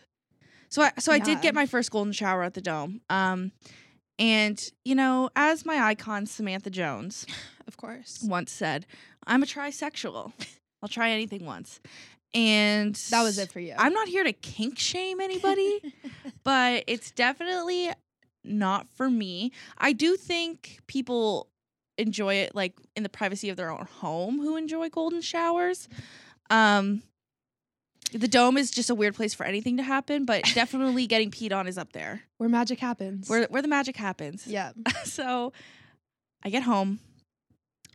So I so I did Yeah. get my first golden shower at the dome, um, and you know, as my icon Samantha Jones Of course. once said, "I'm a trisexual. I'll try anything once," and That was it for you. I'm not here to kink shame anybody, but it's definitely not for me. I do think people enjoy it like in the privacy of their own home who enjoy golden showers. Um the dome is just a weird place for anything to happen, but definitely getting peed on is up there. Where magic happens. Where where the magic happens. yeah. so I get home.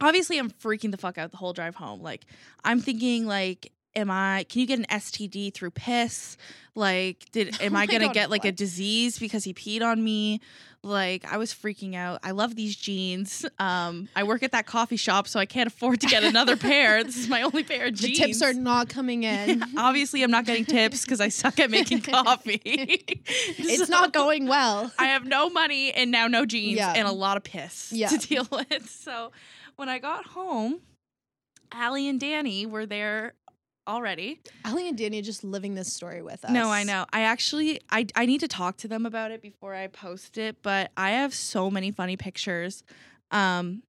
Obviously, I'm freaking the fuck out the whole drive home. Like, I'm thinking, like, am I? Can you get an STD through piss? Like, did am Oh I my gonna God, get like a what? disease because he peed on me? Like, I was freaking out. I love these jeans. Um, I work at that coffee shop, so I can't afford to get another pair. This is my only pair of The jeans. tips are not coming in. Obviously, I'm not getting tips because I suck at making coffee. it's So- not going well. I have no money and now no jeans Yeah. and a lot of piss Yeah. to deal with. So when I got home, Allie and Danny were there already. Ellie and Danny just living this story with us. No, I know. I actually I I need to talk to them about it before I post it, but I have so many funny pictures um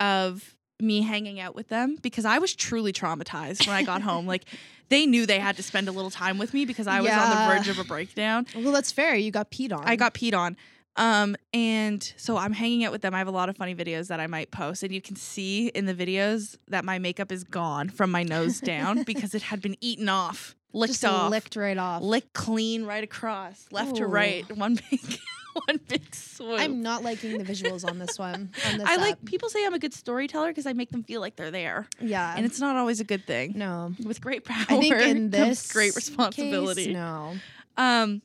of me hanging out with them because I was truly traumatized when I got home. Like they knew they had to spend a little time with me because I was on the Yeah. verge of a breakdown. Well, that's fair. You got peed on. I got peed on. Um, and so I'm hanging out with them. I have a lot of funny videos that I might post, and you can see in the videos that my makeup is gone from my nose down because it had been eaten off, licked just off, licked right off. licked clean right across, left to Ooh. right, one big, one big swoop. I'm not liking the visuals on this one. On this I like app. people say I'm a good storyteller because I make them feel like they're there, Yeah. and it's not always a good thing. Um, no. With great power I think comes in this great case, responsibility. no. Um,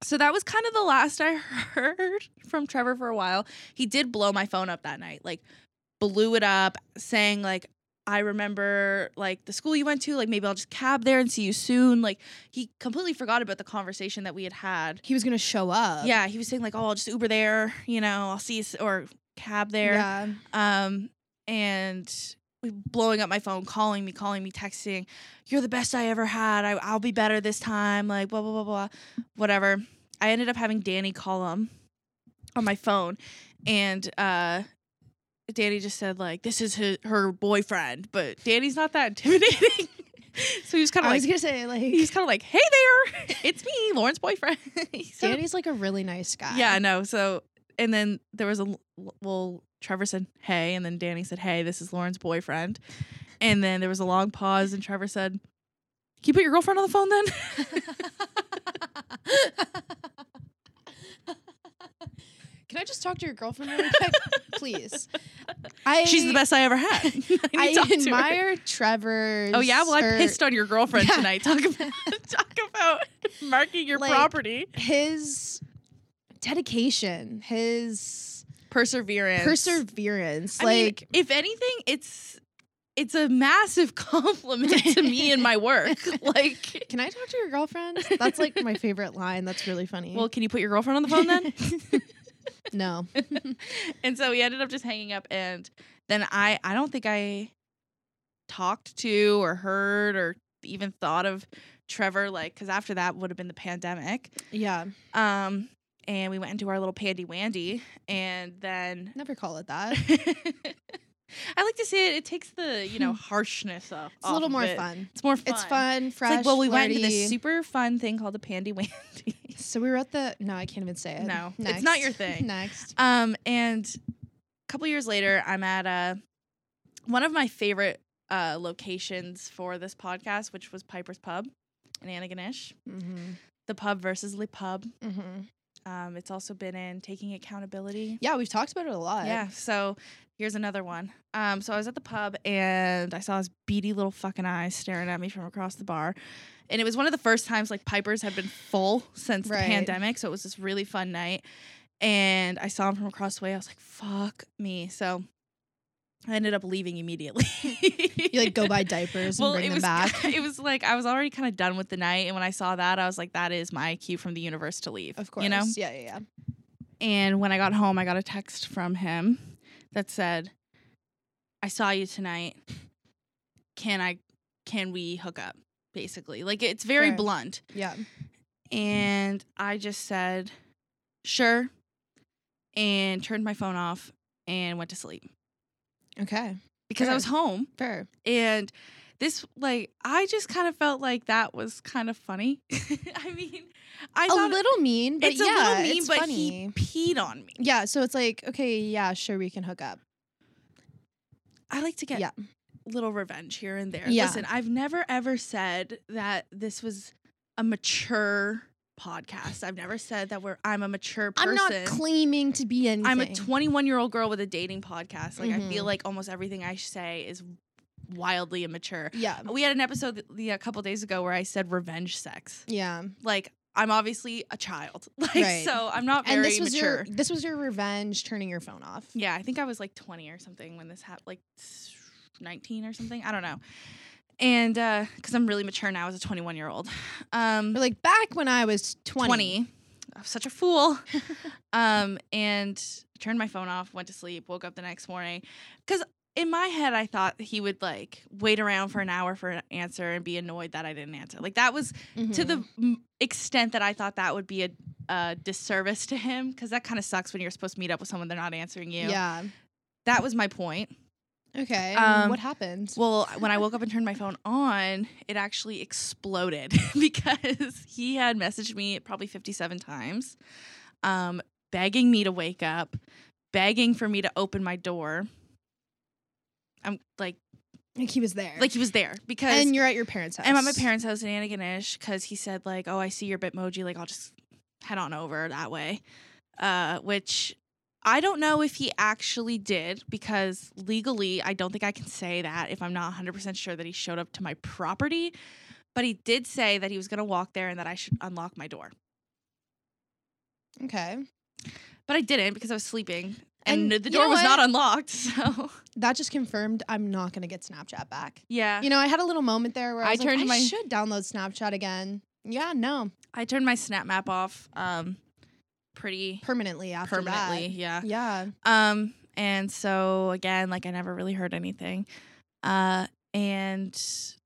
so that was kind of the last I heard from Trevor for a while. He did blow my phone up that night, like blew it up, saying like, "I remember like the school you went to. Like maybe I'll just cab there and see you soon." Like he completely forgot about the conversation that we had had. He was gonna show up. Yeah, he was saying like, "Oh, I'll just Uber there. You know, I'll see you s- or cab there." Yeah. um, and blowing up my phone, calling me, calling me, texting, "You're the best I ever had. I, I'll be better this time." Like blah blah blah blah, whatever. I ended up having Danny call him on my phone, and uh, Danny just said like, "This is her, her boyfriend," but Danny's not that intimidating, so he was kind I of was like. gonna say like He's kind of like, hey there, it's me, Lauren's boyfriend. He's kinda- Danny's like a really nice guy. yeah, no. So, and then there was a l- l- well, Trevor said, "Hey," and then Danny said, "Hey, this is Lauren's boyfriend," and then there was a long pause, and Trevor said, "Can you put your girlfriend on the phone then?" Can I just talk to your girlfriend really quick, please? I She's the best I ever had. I, need to I, talk to her. admire Trevor's. Oh yeah, well I or pissed on your girlfriend Yeah. tonight. Talk about talk about marking your Like- property. his dedication, his Perseverance. perseverance. I mean, like if anything, it's it's a massive compliment to me and my work. Like Can I talk to your girlfriend? That's like my favorite line. That's really funny. Well, can you put your girlfriend on the phone then? no. and so we ended up just hanging up and then I I don't think I talked to or heard or even thought of Trevor like cuz after that would have been the pandemic. Yeah. Um and we went into our little pandy wandy and then Never call it that. It's I like to say it it takes the, you know, harshness off. a little off more of it. fun. It's more fun. It's fun, It's fresh. like well we went to this flirty. super fun thing called a pandy wandy. So we were at the. No, I can't even say it. No, it's not your thing. Next. Um, and a couple years later, I'm at a one of my favorite uh, locations for this podcast, which was Piper's Pub in Antigonish. Mm-hmm. The pub versus Le Pub. Mm-hmm. Um, it's also been in Taking Accountability. Yeah, we've talked about it a lot. Yeah. So here's another one. Um, so I was at the pub and I saw his beady little fucking eyes staring at me from across the bar. And it was one of the first times like Piper's had been full since Right. the pandemic. So it was this really fun night. And I saw him from across the way. I was like, fuck me. So I ended up leaving immediately. You like go buy diapers and bring it them was, back. It was like I was already kind of done with the night, and when I saw that, I was like, "That is my cue from the universe to leave." Of course. you know. Yeah, yeah, yeah. And when I got home, I got a text from him that said, "I saw you tonight. Can I? Can we hook up?" Basically, like it's very Right. blunt. Yeah. And I just said, "Sure," and turned my phone off and went to sleep Okay. because Fair. I was home Fair. and this like I just kind of felt like that was kind of funny. I mean, I a thought little mean, but it's yeah, a little mean, it's but funny. he peed on me. yeah, so it's like, okay, yeah, sure, we can hook up. I like to get Yeah. little revenge here and there. Yeah. Listen, I've never ever said that this was a mature podcast. I've never said that we're I'm a mature person. I'm not claiming to be anything. I'm a 21 year old girl with a dating podcast. Like I feel Mhm. like almost everything I say is wildly immature. Yeah. We had an episode th- the, a couple days ago where I said revenge sex. Yeah. like I'm obviously a child. Like Right. so I'm not very and this was mature. your this was your revenge turning your phone off. yeah, I think I was like 20 or something when this happened, like s- 19 or something. I don't know. And uh cuz I'm really mature now as a 21 year old. Um But like back when I was 20. 20. I was such a fool. um, and turned my phone off, went to sleep, woke up the next morning. Because in my head, I thought he would like wait around for an hour for an answer and be annoyed that I didn't answer. Like that was to Mm-hmm. the m- extent that I thought that would be a, a disservice to him. Because that kind of sucks when you're supposed to meet up with someone, they're not answering you. Yeah. That was my point. Okay. Um, what happened? Well, when I woke up and turned my phone on, it actually exploded because he had messaged me probably 57 times, um, begging me to wake up, begging for me to open my door. I'm like, like he was there. like he was there because and you're at your parents' house. I'm at my parents' house in Anaganish because he said like, "Oh, I see your Bitmoji. Like, I'll just head on over that way," uh, which I don't know if he actually did because legally, I don't think I can say that if I'm not 100 percent sure that he showed up to my property. But he did say that he was gonna walk there and that I should unlock my door. Okay. But I didn't because I was sleeping and, And you the door know was not what? unlocked. So That just confirmed I'm not gonna get Snapchat back. yeah, You know, I had a little moment there where I, I was like, turned my- should download Snapchat again. Yeah, no, I turned my Snap Map off, um, pretty permanently after permanently. Yeah. that. Yeah. Um, and so again, like I never really heard anything. Uh, and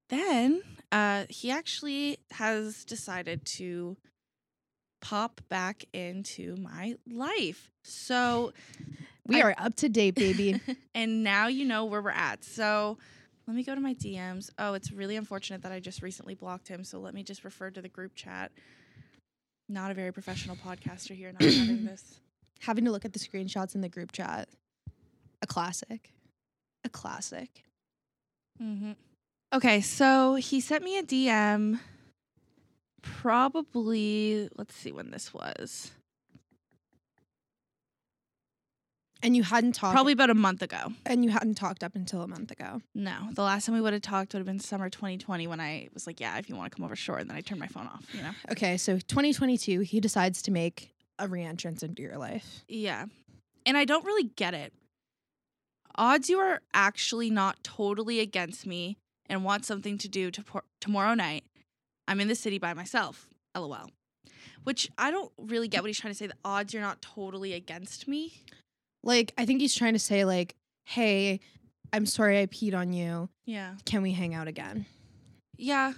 then uh, he actually has decided to pop back into my life. So, We I- are up to date, baby. and now you know where we're at. So, let me go to my DMs. Oh, it's really unfortunate that I just recently blocked him. So, let me just refer to the group chat. Not a very professional podcaster here, not having this. Having to look at the screenshots in the group chat. A classic. A classic. Mm-hmm. Okay, so he sent me a DM. Probably, let's see when this was. And you hadn't talked Probably about a month ago. and you hadn't talked up until a month ago. No, the last time we would have talked would have been summer 2020 when I was like, "Yeah, if you want to come over, sure." And then I turned my phone off. You know. Okay, so 2022, he decides to make a reentrance into your life. Yeah, and I don't really get it. Odds you are actually not totally against me and want something to do to por- tomorrow night. I'm in the city by myself. LOL. Which I don't really get what he's trying to say. The odds you're not totally against me. Like, I think he's trying to say, like, hey, I'm sorry I peed on you. Yeah. Can we hang out again? Yeah.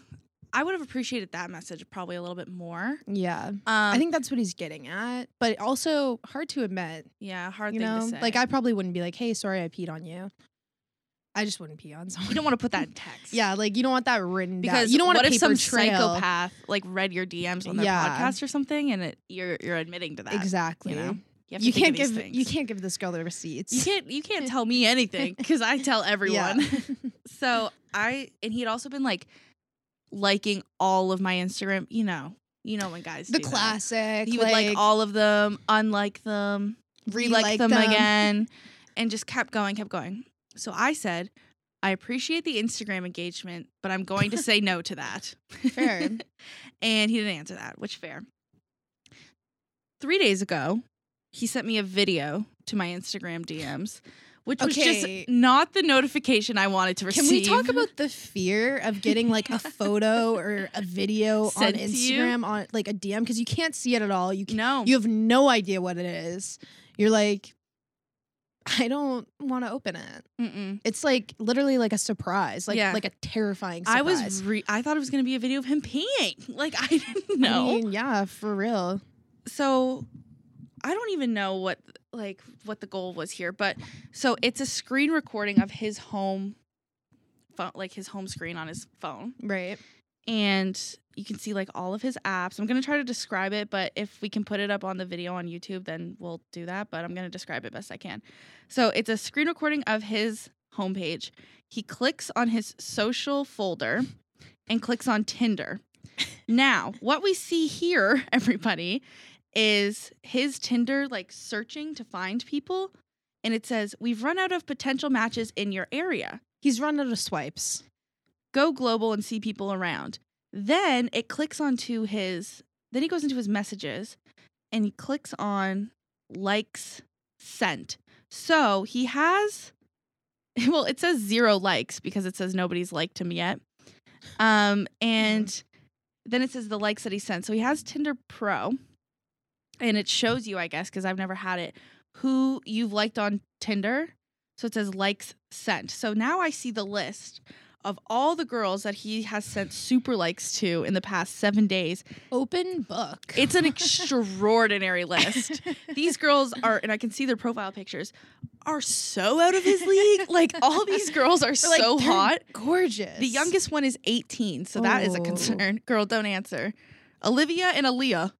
I would have appreciated that message probably a little bit more. Um, Yeah. I think that's what he's getting at. But also hard to admit. yeah, hard you thing know? to say. Like I probably wouldn't be like, hey, sorry I peed on you. I just wouldn't pee on someone. you don't want to put that in text. Yeah, like you don't want that written down. Because you don't want what a if some paper trail. psychopath like read your DMs on their Yeah. podcast or something, and it, you're you're admitting to that. Exactly. You You, know, have to think can't of these give things. you can't give this girl the receipts. You can't you can't tell me anything because I tell everyone. so I and he had also been like liking all of my Instagram. You know, You know when guys the do that. classic. He would like all of them, unlike them, re-like re-like them, again, and just kept going, kept going. So I said, I appreciate the Instagram engagement, but I'm going to say no to that. Fair. and he didn't answer that, which fair. Three days ago, he sent me a video to my Instagram DMs, which was Okay. just not the notification I wanted to Can receive. we talk about the fear of getting like a photo or a video Sent on to you? Instagram on like a DM because you can't see it at all. You can, no? you have no idea what it is. You're like, I don't want to open it. Mm-mm. It's like literally like a surprise, like Yeah. like a terrifying surprise. I was re- I thought it was going to be a video of him peeing. Like I didn't I know. mean, yeah, for real. so I don't even know what like what the goal was here, but so it's a screen recording of his home phone like his home screen on his phone Right. and you can see like all of his apps. I'm going to try to describe it, but if we can put it up on the video on YouTube, then we'll do that, but I'm going to describe it best I can. So, it's a screen recording of his homepage. He clicks on his social folder and clicks on Tinder. now, what we see here, everybody, is his Tinder like searching to find people and it says, "We've run out of potential matches in your area." He's run out of swipes. go global and see people around. Then it clicks onto his, then he goes into his messages and he clicks on likes sent. So he has, well, it says zero likes because it says nobody's liked him yet. Um, and then it says the likes that he sent. So he has Tinder Pro and it shows you, I guess, because I've never had it, who you've liked on Tinder. So it says likes sent. So now I see the list of all the girls that he has sent super likes to in the past seven days. Open book. It's an extraordinary list. These girls are, and I can see their profile pictures, are so out of his league. Like all these girls are They're, like, so they're hot. gorgeous. The youngest one is 18, so that is a Oh. concern. Girl, don't answer. Olivia and Aaliyah,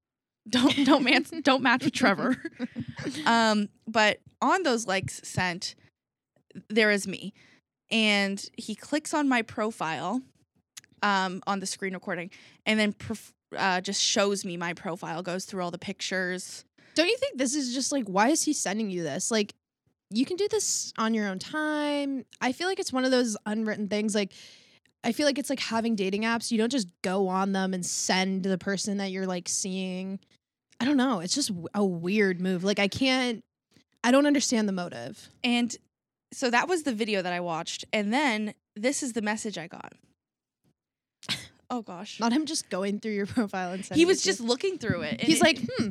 don't don't match don't match with Trevor. Um, but on those likes sent, there is me, and he clicks on my profile, um, on the screen recording, and then perf- uh, just shows me my profile, goes through all the pictures. Don't you think this is just like why is he sending you this? Like you can do this on your own time. I feel like it's one of those unwritten things like I feel like it's like having dating apps. You don't just go on them and send the person that you're like seeing. I don't know. It's just w- a weird move. Like I can't I don't understand the motive. And so that was the video that I watched, and then this is the message I got. Oh gosh. Not him just going through your profile and sending he it was to you. just looking through it. and He's it- like, "Hmm,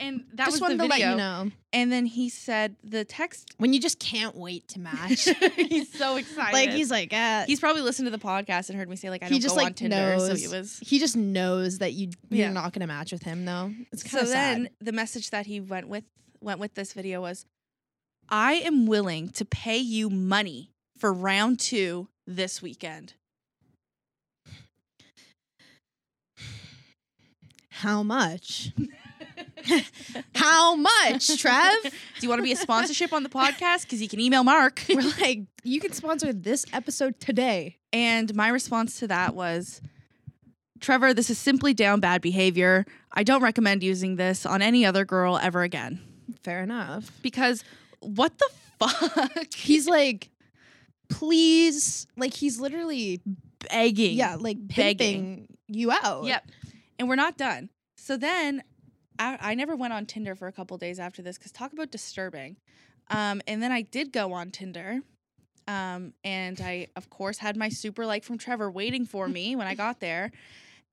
and that just was the wanted to video. let you know And then he said the text. when you just can't wait to match." he's so excited. like he's like, "Ah, he's probably listened to the podcast and heard me say like I He don't just, go on like, Tinder, so he knows. was. He just knows that you you're Yeah. not gonna match with him though. It's So kind of sad. then the message that he went with went with this video was, I am willing to pay you money for round two this weekend. How much? How much, Trev? Do you want to be a sponsorship on the podcast? Because you can email Mark. We're like, you can sponsor this episode today. And my response to that was Trevor, this is simply down bad behavior. I don't recommend using this on any other girl ever again. Fair enough. Because what the fuck? He's like, please, like he's literally begging. yeah, like Begging. pimping you out. Yep. And we're not done. So then I, I never went on Tinder for a couple days after this because talk about disturbing. Um, and then I did go on Tinder. Um, and I, of course, had my super like from Trevor waiting for me when I got there.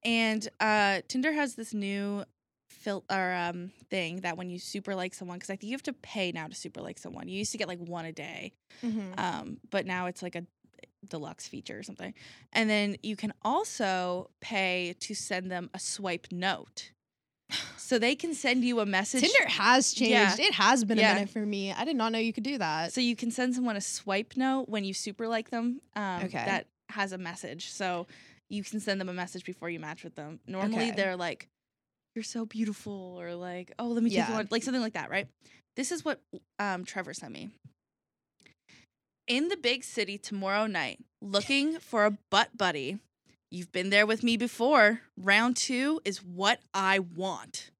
And uh, Tinder has this new fil- or, um, thing that when you super like someone, because I think you have to pay now to super like someone. You used to get like one a day Mhm. um, but now it's like a deluxe feature or something. And then you can also pay to send them a swipe note, so they can send you a message. Tinder has Yeah. changed. It has been Yeah. a minute for me. I did not know you could do that. So you can send someone a swipe note when you super like them. Um, Okay. That has a message, so you can send them a message before you match with them. Normally Okay. they're like, "You're so beautiful," or like, "Oh, let me take you Yeah. on," like something like that, right? This is what um, Trevor sent me. In the big city tomorrow night, looking for a butt buddy. You've been there with me before. Round two is what I want.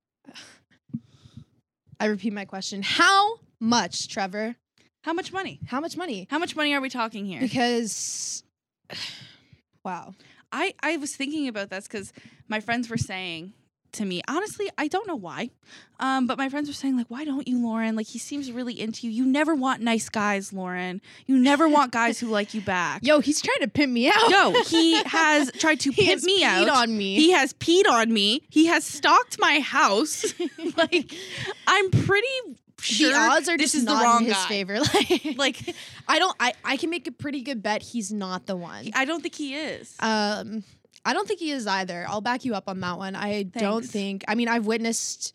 I repeat my question. How much, Trevor? How much money? How much money? How much money are we talking here? Because wow. I, I was thinking about this because my friends were saying to me, honestly, I don't know why, um, but my friends were saying, like, why don't you, Lauren? Like, he seems really into you. You never want nice guys, Lauren. You never want guys who like you back. Yo, he's trying to pimp me out. Yo, he has tried to he pimp has me peed out. on me. he has peed on me. He has stalked my house. like, I'm pretty sure the odds are this just is not the wrong in his guy. favor. Like, Like, I don't. I I can make a pretty good bet he's not the one. I don't think he is. Um, I don't think he is either. I'll back you up on that one. I don't Thanks. think. I mean, I've witnessed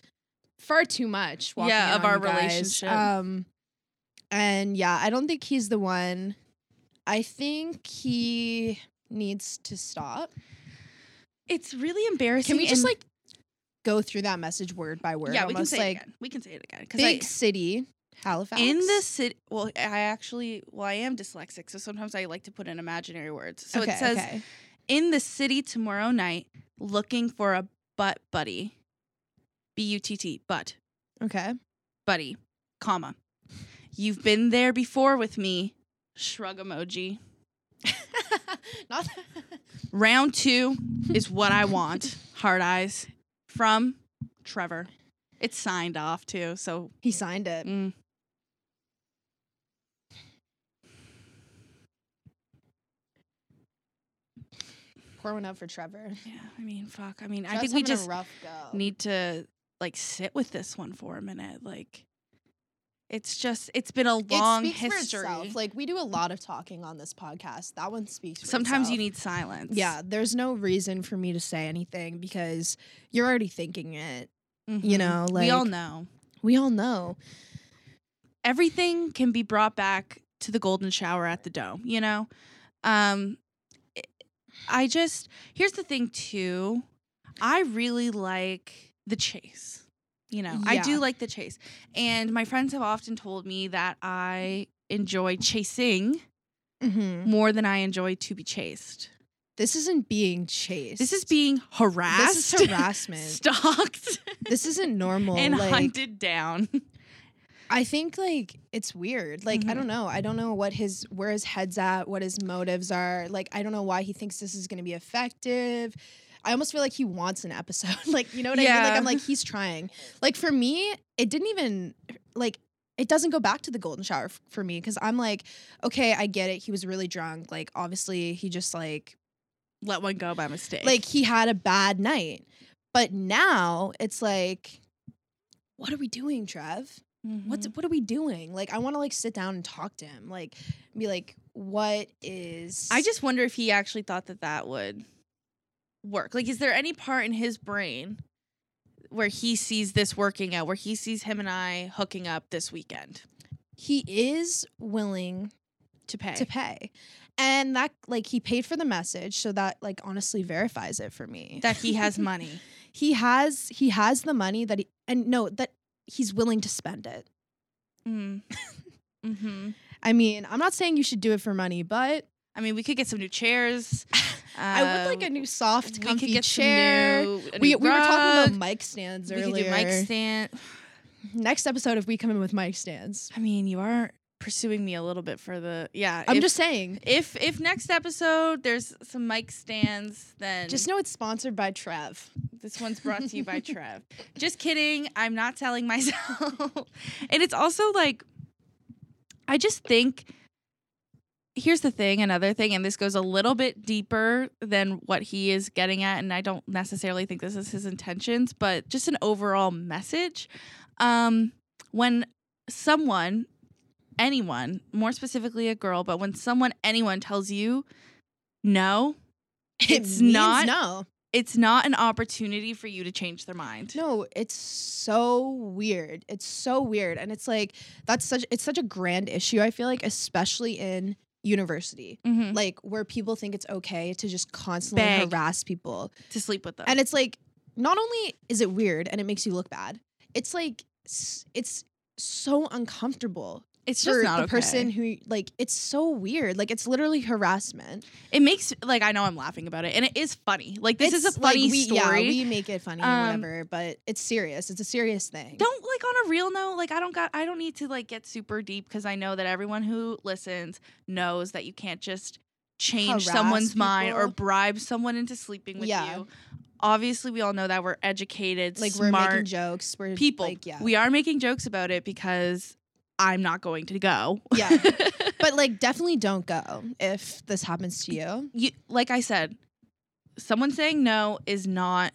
far too much. Walking Yeah, in of on our you guys. relationship. Um, and yeah, I don't think he's the one. I think he needs to stop. it's really embarrassing. Can we just and- like go through that message word by word? yeah, we almost can say like it again. We can say it again. 'cause I- big city, Halifax. in the city well i actually well i am dyslexic so sometimes i like to put in imaginary words so okay, it says okay. in the city tomorrow night looking for a butt buddy b-u-t-t butt okay. buddy comma you've been there before with me shrug emoji Not round two is what i want hard eyes from trevor it's signed off too so he signed it. mm. Pour one out for Trevor. yeah i mean fuck i mean i think Trev's we having a just rough go. need to like sit with this one for a minute. Like, it's just it's been a long it speaks history. For itself. Like we do a lot of talking on this podcast. That one speaks. For Sometimes you itself. need silence. Yeah, there's no reason for me to say anything because you're already thinking it. You Mhm. know, like we all know We all know. everything can be brought back to the golden shower at the dome. You know, um, it- I just here's the thing too. I really like the chase. You know, I Yeah. do like the chase, and my friends have often told me that I enjoy chasing Mhm. more than I enjoy to be chased. This isn't being chased. This is being harassed, This is harassment. stalked, this isn't normal. and like, hunted down. I think like it's weird. Like I Mhm. don't know. I don't know what his where his head's at, what his motives are. Like I don't know why he thinks this is going to be effective. I almost feel like he wants an episode. like you know what I mean? Yeah. Like I'm like he's trying. Like for me, it didn't even like it doesn't go back to the golden shower f- for me because I'm like, okay, I get it. He was really drunk. Like obviously he just like Let one go by mistake. like he had a bad night. But now it's like, what are we doing, Trev? Mm-hmm. what's what are we doing like i want to like sit down and talk to him like be like what is I just wonder if he actually thought that that would work. Like, is there any part in his brain where he sees this working out? Where he sees him and I hooking up this weekend he is willing to pay? to pay and that like he paid for the message so that like honestly verifies it for me That he has money. he has he has the money that he and no that he's willing to spend it Mm. Mm-hmm. hmm i mean i'm not saying you should do it for money but I mean, we could get some new chairs. i would like a Um, new soft we comfy could get some chair new- a we, new we were talking rug. about mic stands we could earlier. do mic stand. Next episode, if we come in with mic stands, I mean, you are pursuing me a little bit for the yeah. I'm if, just saying. if if next episode there's some mic stands, then Just know it's sponsored by Trev. this one's brought to you by Trev. Just kidding. I'm not telling myself. and it's also like I just think here's the thing, another thing, and this goes a little bit deeper than what he is getting at, and I don't necessarily think this is his intentions, but just an overall message. Um, when someone, anyone, more specifically a girl, but when someone, anyone tells you no, It's means not- no. it's not an opportunity for you to change their mind. No, it's so weird. It's so weird. And it's like that's such it's such a grand issue, I feel like, especially in university. Mhm. Like where people think it's okay to just constantly Beg. harass people. to sleep with them. And it's like not only is it weird and it makes you look bad, it's like s- it's so uncomfortable It's for just not the okay. person who like it's so weird. Like it's literally harassment. It makes like I know I'm laughing about it, and it is funny. Like this is It's, a funny like, we, story. Yeah, we make it funny Um, and whatever, but it's serious. It's a serious thing. don't like on a real note like i don't got i don't need to like get super deep because i know that everyone who listens knows that you can't just change Harass someone's mind or people. bribe someone into sleeping with Yeah. you obviously we all know that we're educated like we're making smart jokes. We're people Like, yeah. we are making jokes about it because i'm not going to go yeah. But like definitely don't go if this happens to you. you, like i said someone saying no is not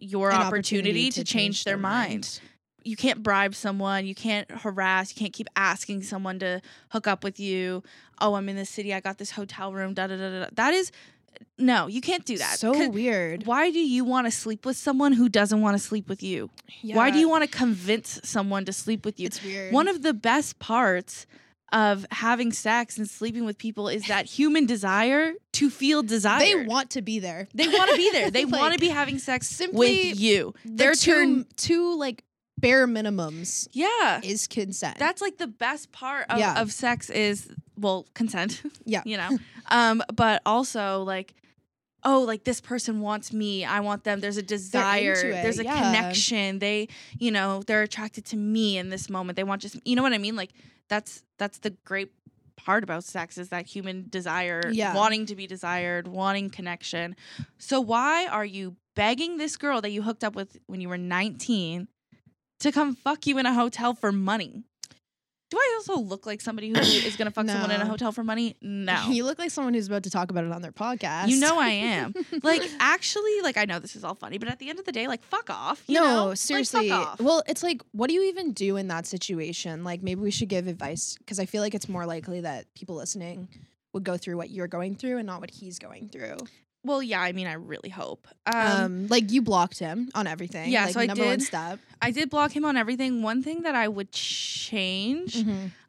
your An opportunity, to, change, their mind. you can't bribe someone, you can't harass, you can't keep asking someone to hook up with you. Oh, I'm in this city, I got this hotel room, da da da da. da. That is no, you can't do that. So 'Cause weird. Why do you want to sleep with someone who doesn't want to sleep with you? Why do you want to convince someone to sleep with you? It's weird. One of the best parts of having sex and sleeping with people is that human desire to feel desired. they want to be there. they want to be there. They Like, want to be having sex simply with you. They're Their two turn. two like bare minimums Yeah. is consent. that's like the best part of, Yeah. of sex is well consent Yeah. you know um but also like oh like this person wants me i want them there's a desire into it, there's a yeah. connection they you know they're attracted to me in this moment they want just you know what i mean like that's that's the great part about sex is that human desire Yeah. wanting to be desired wanting connection so why are you begging this girl that you hooked up with when you were 19 to come fuck you in a hotel for money. Do I also look like somebody who is going to fuck someone in a No. hotel for money? No. You look like someone who's about to talk about it on their podcast. You know I am. like actually like I know this is all funny, but at the end of the day like fuck off, you know? no, Like, fuck seriously. off. Well, it's like, what do you even do in that situation? Like, maybe we should give advice because I feel like it's more likely that people listening would go through what you're going through and not what he's going through. Well, yeah, I mean I really hope. Um, Um, like you blocked him on everything. Yeah, like, so I number one did. step. I did block him on everything. One thing that I would change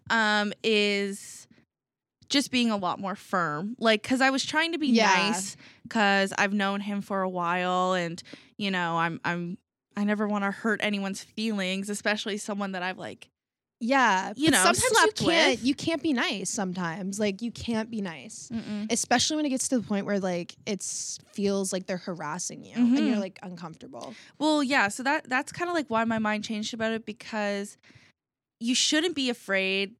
um is just being a lot more firm like because i was trying to be Yeah. nice because i've known him for a while and you know i'm i'm i never want to hurt anyone's feelings especially someone that i've like Yeah, You but know, sometimes slept you can't. with. You can't be nice. Sometimes, like you can't be nice, especially when it gets to the point where like it feels like they're harassing you and you're Mhm. like uncomfortable. well yeah so that that's kind of like why my mind changed about it because you shouldn't be afraid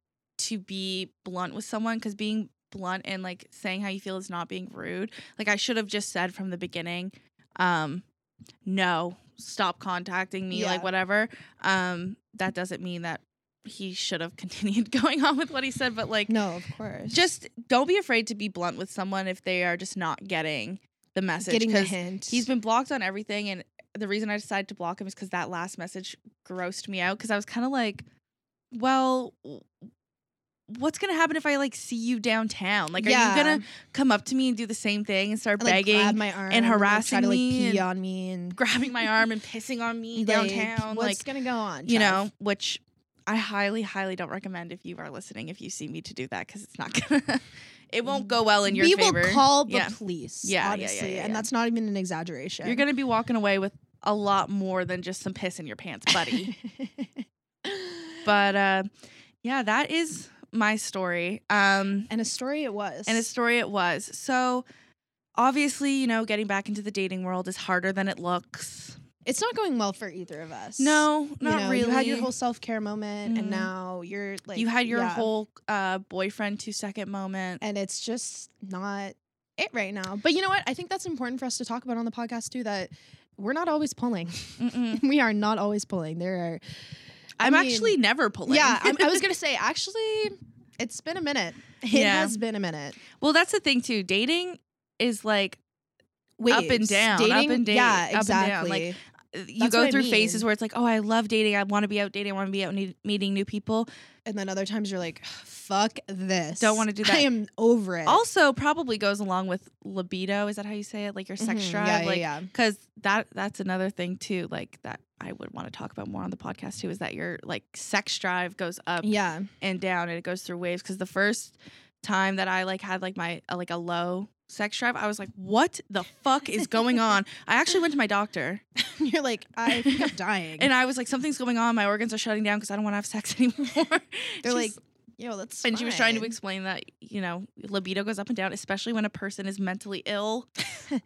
to be blunt with someone because being blunt and like saying how you feel is not being rude like i should have just said from the beginning um no stop contacting me like Yeah. whatever um that doesn't mean that he should have continued going on with what he said but like No, of course. just don't be afraid to be blunt with someone if they are just not getting the message getting the 'cause hint. he's been blocked on everything and the reason i decided to block him is because that last message grossed me out because i was kind of like well w- what's gonna happen if i like see you downtown like Yeah. are you gonna come up to me and do the same thing and start And, like, begging grab my arm like, harassing try to, me like, pee and on me and grabbing my arm and pissing on me like, downtown What's like gonna go on? you Trev? know which i highly highly don't recommend if you are listening if you see me to do that because it's not gonna it won't go well in your we favor will call the Yeah. police. Yeah, yeah, yeah, honestly, yeah, and yeah. that's not even an exaggeration. you're gonna be walking away with a lot more than just some piss in your pants buddy but uh yeah that is my story um and a story it was. and a story it was so obviously you know getting back into the dating world is harder than it looks it's not going well for either of us. no You not know, really You had your whole self care moment, Mhm. and now you're like You had your yeah. whole uh boyfriend two second moment and it's just not it right now. But you know what? I think that's important for us to talk about on the podcast too. That we're not always pulling. Mm-mm. we are not always pulling. There are I i'm mean- actually never pulling Yeah, I'm, I was gonna say actually, it's been a minute. It Yeah. has been a minute. well that's the thing too dating is like Up and Waves. down, up and down, up and Yeah, down, exactly. like, uh, you That's go what I through phases mean. where it's like oh i love dating i want to be out dating i want to be out ne- meeting new people and then other times you're like, fuck this. Don't wanna do that. I am over it. also probably goes along with libido is that how you say it like your sex Mhm. drive Yeah, yeah, like yeah. because that that's another thing too like that i would want to talk about more on the podcast too is that your like sex drive goes up Yeah. and down and it goes through waves because the first time that i like had like my uh, like a low sex drive i was like what the fuck is going on i actually went to my doctor You're like, I think I'm dying. and i was like something's going on my organs are shutting down because i don't want to have sex anymore They're She's- like, Yo, that's And she was trying to fine. explain that, you know, libido goes up and down, especially when a person is mentally ill.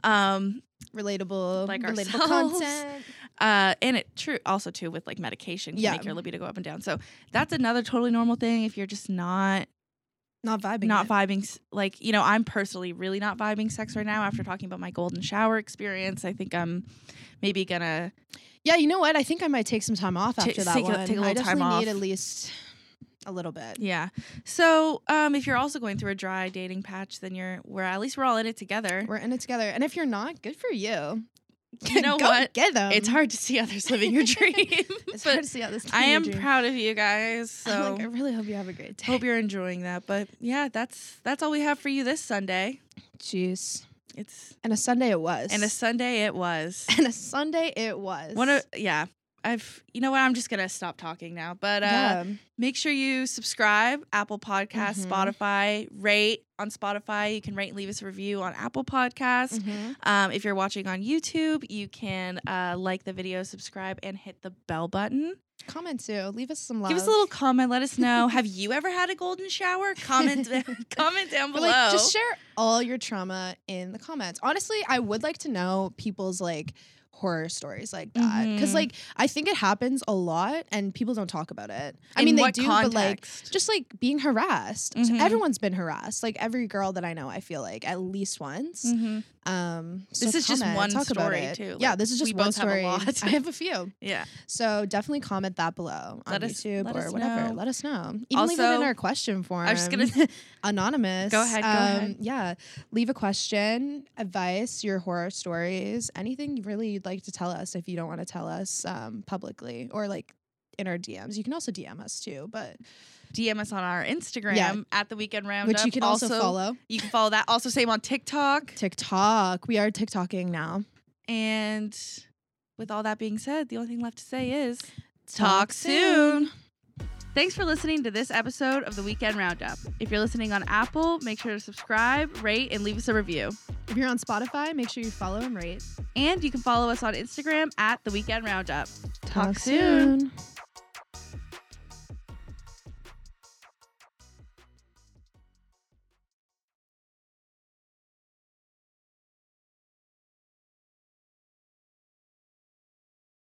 um, relatable, like relatable ourselves. content. uh, and it true also too with like medication can Yeah. make your libido go up and down. So that's another totally normal thing if you're just not Not vibing. not it. vibing s- like you know i'm personally really not vibing sex right now after talking about my golden shower experience i think i'm maybe gonna Yeah, you know what? I think I might take some time off Ta- after that take a- one. take a I little time definitely need off. at least a little bit. yeah so um if you're also going through a dry dating patch then you're we're at least we're all in it together We're in it together, and if you're not, good for you. You know Go what? Get them. it's hard to see others living your dream It's hard but to see how this. i am teenager- proud of you guys I'm so like, I really hope you have a great day. hope you're enjoying that but yeah that's that's all we have for you this sunday Jeez. it's And a Sunday it was. and a uh, sunday it was and a Sunday it was. one of yeah i've you know what i'm just gonna stop talking now but uh yeah. Make sure you subscribe, Apple Podcasts, Mhm. Spotify, rate on Spotify. You can rate and leave us a review on Apple Podcasts. Mhm. Um, if you're watching on YouTube, you can uh, like the video, subscribe, and hit the bell button. Comment too. Leave us some love. Give us a little comment. Let us know. Have you ever had a golden shower? Comment, comment down Or, below. Like, just share all your trauma in the comments. Honestly, I would like to know people's like horror stories like that because Mhm. like I think it happens a lot and people don't talk about it. I In mean, they what do, but like context? just like being harassed. So Mhm. everyone's been harassed. Like every girl that I know, I feel like at least once. Mhm. Um, so This is just comment, one talk about story, it. too. Yeah, Like, this is just we one both have a story. lot. I have a few. yeah. So definitely comment that below on Let us- YouTube let or us whatever. know. Let us know. Even leave it in Also- our question form. I was just gonna- anonymous. Um, Go ahead, go ahead. Yeah, leave a question, advice, your horror stories, anything you really you'd like to tell us. If you don't want to tell us um, publicly or like in our DMs, you can also DM us too. But DM us on our Instagram at the Weekend Roundup. which you can also, follow You can follow that. Also, same on TikTok. TikTok. We are TikToking now. And with all that being said, the only thing left to say is Talk soon. Thanks for listening to this episode of the Weekend Roundup. If you're listening on Apple, make sure to subscribe, rate, and leave us a review. If you're on Spotify, make sure you follow and rate. And you can follow us on Instagram at the Weekend Roundup. Talk, soon. soon.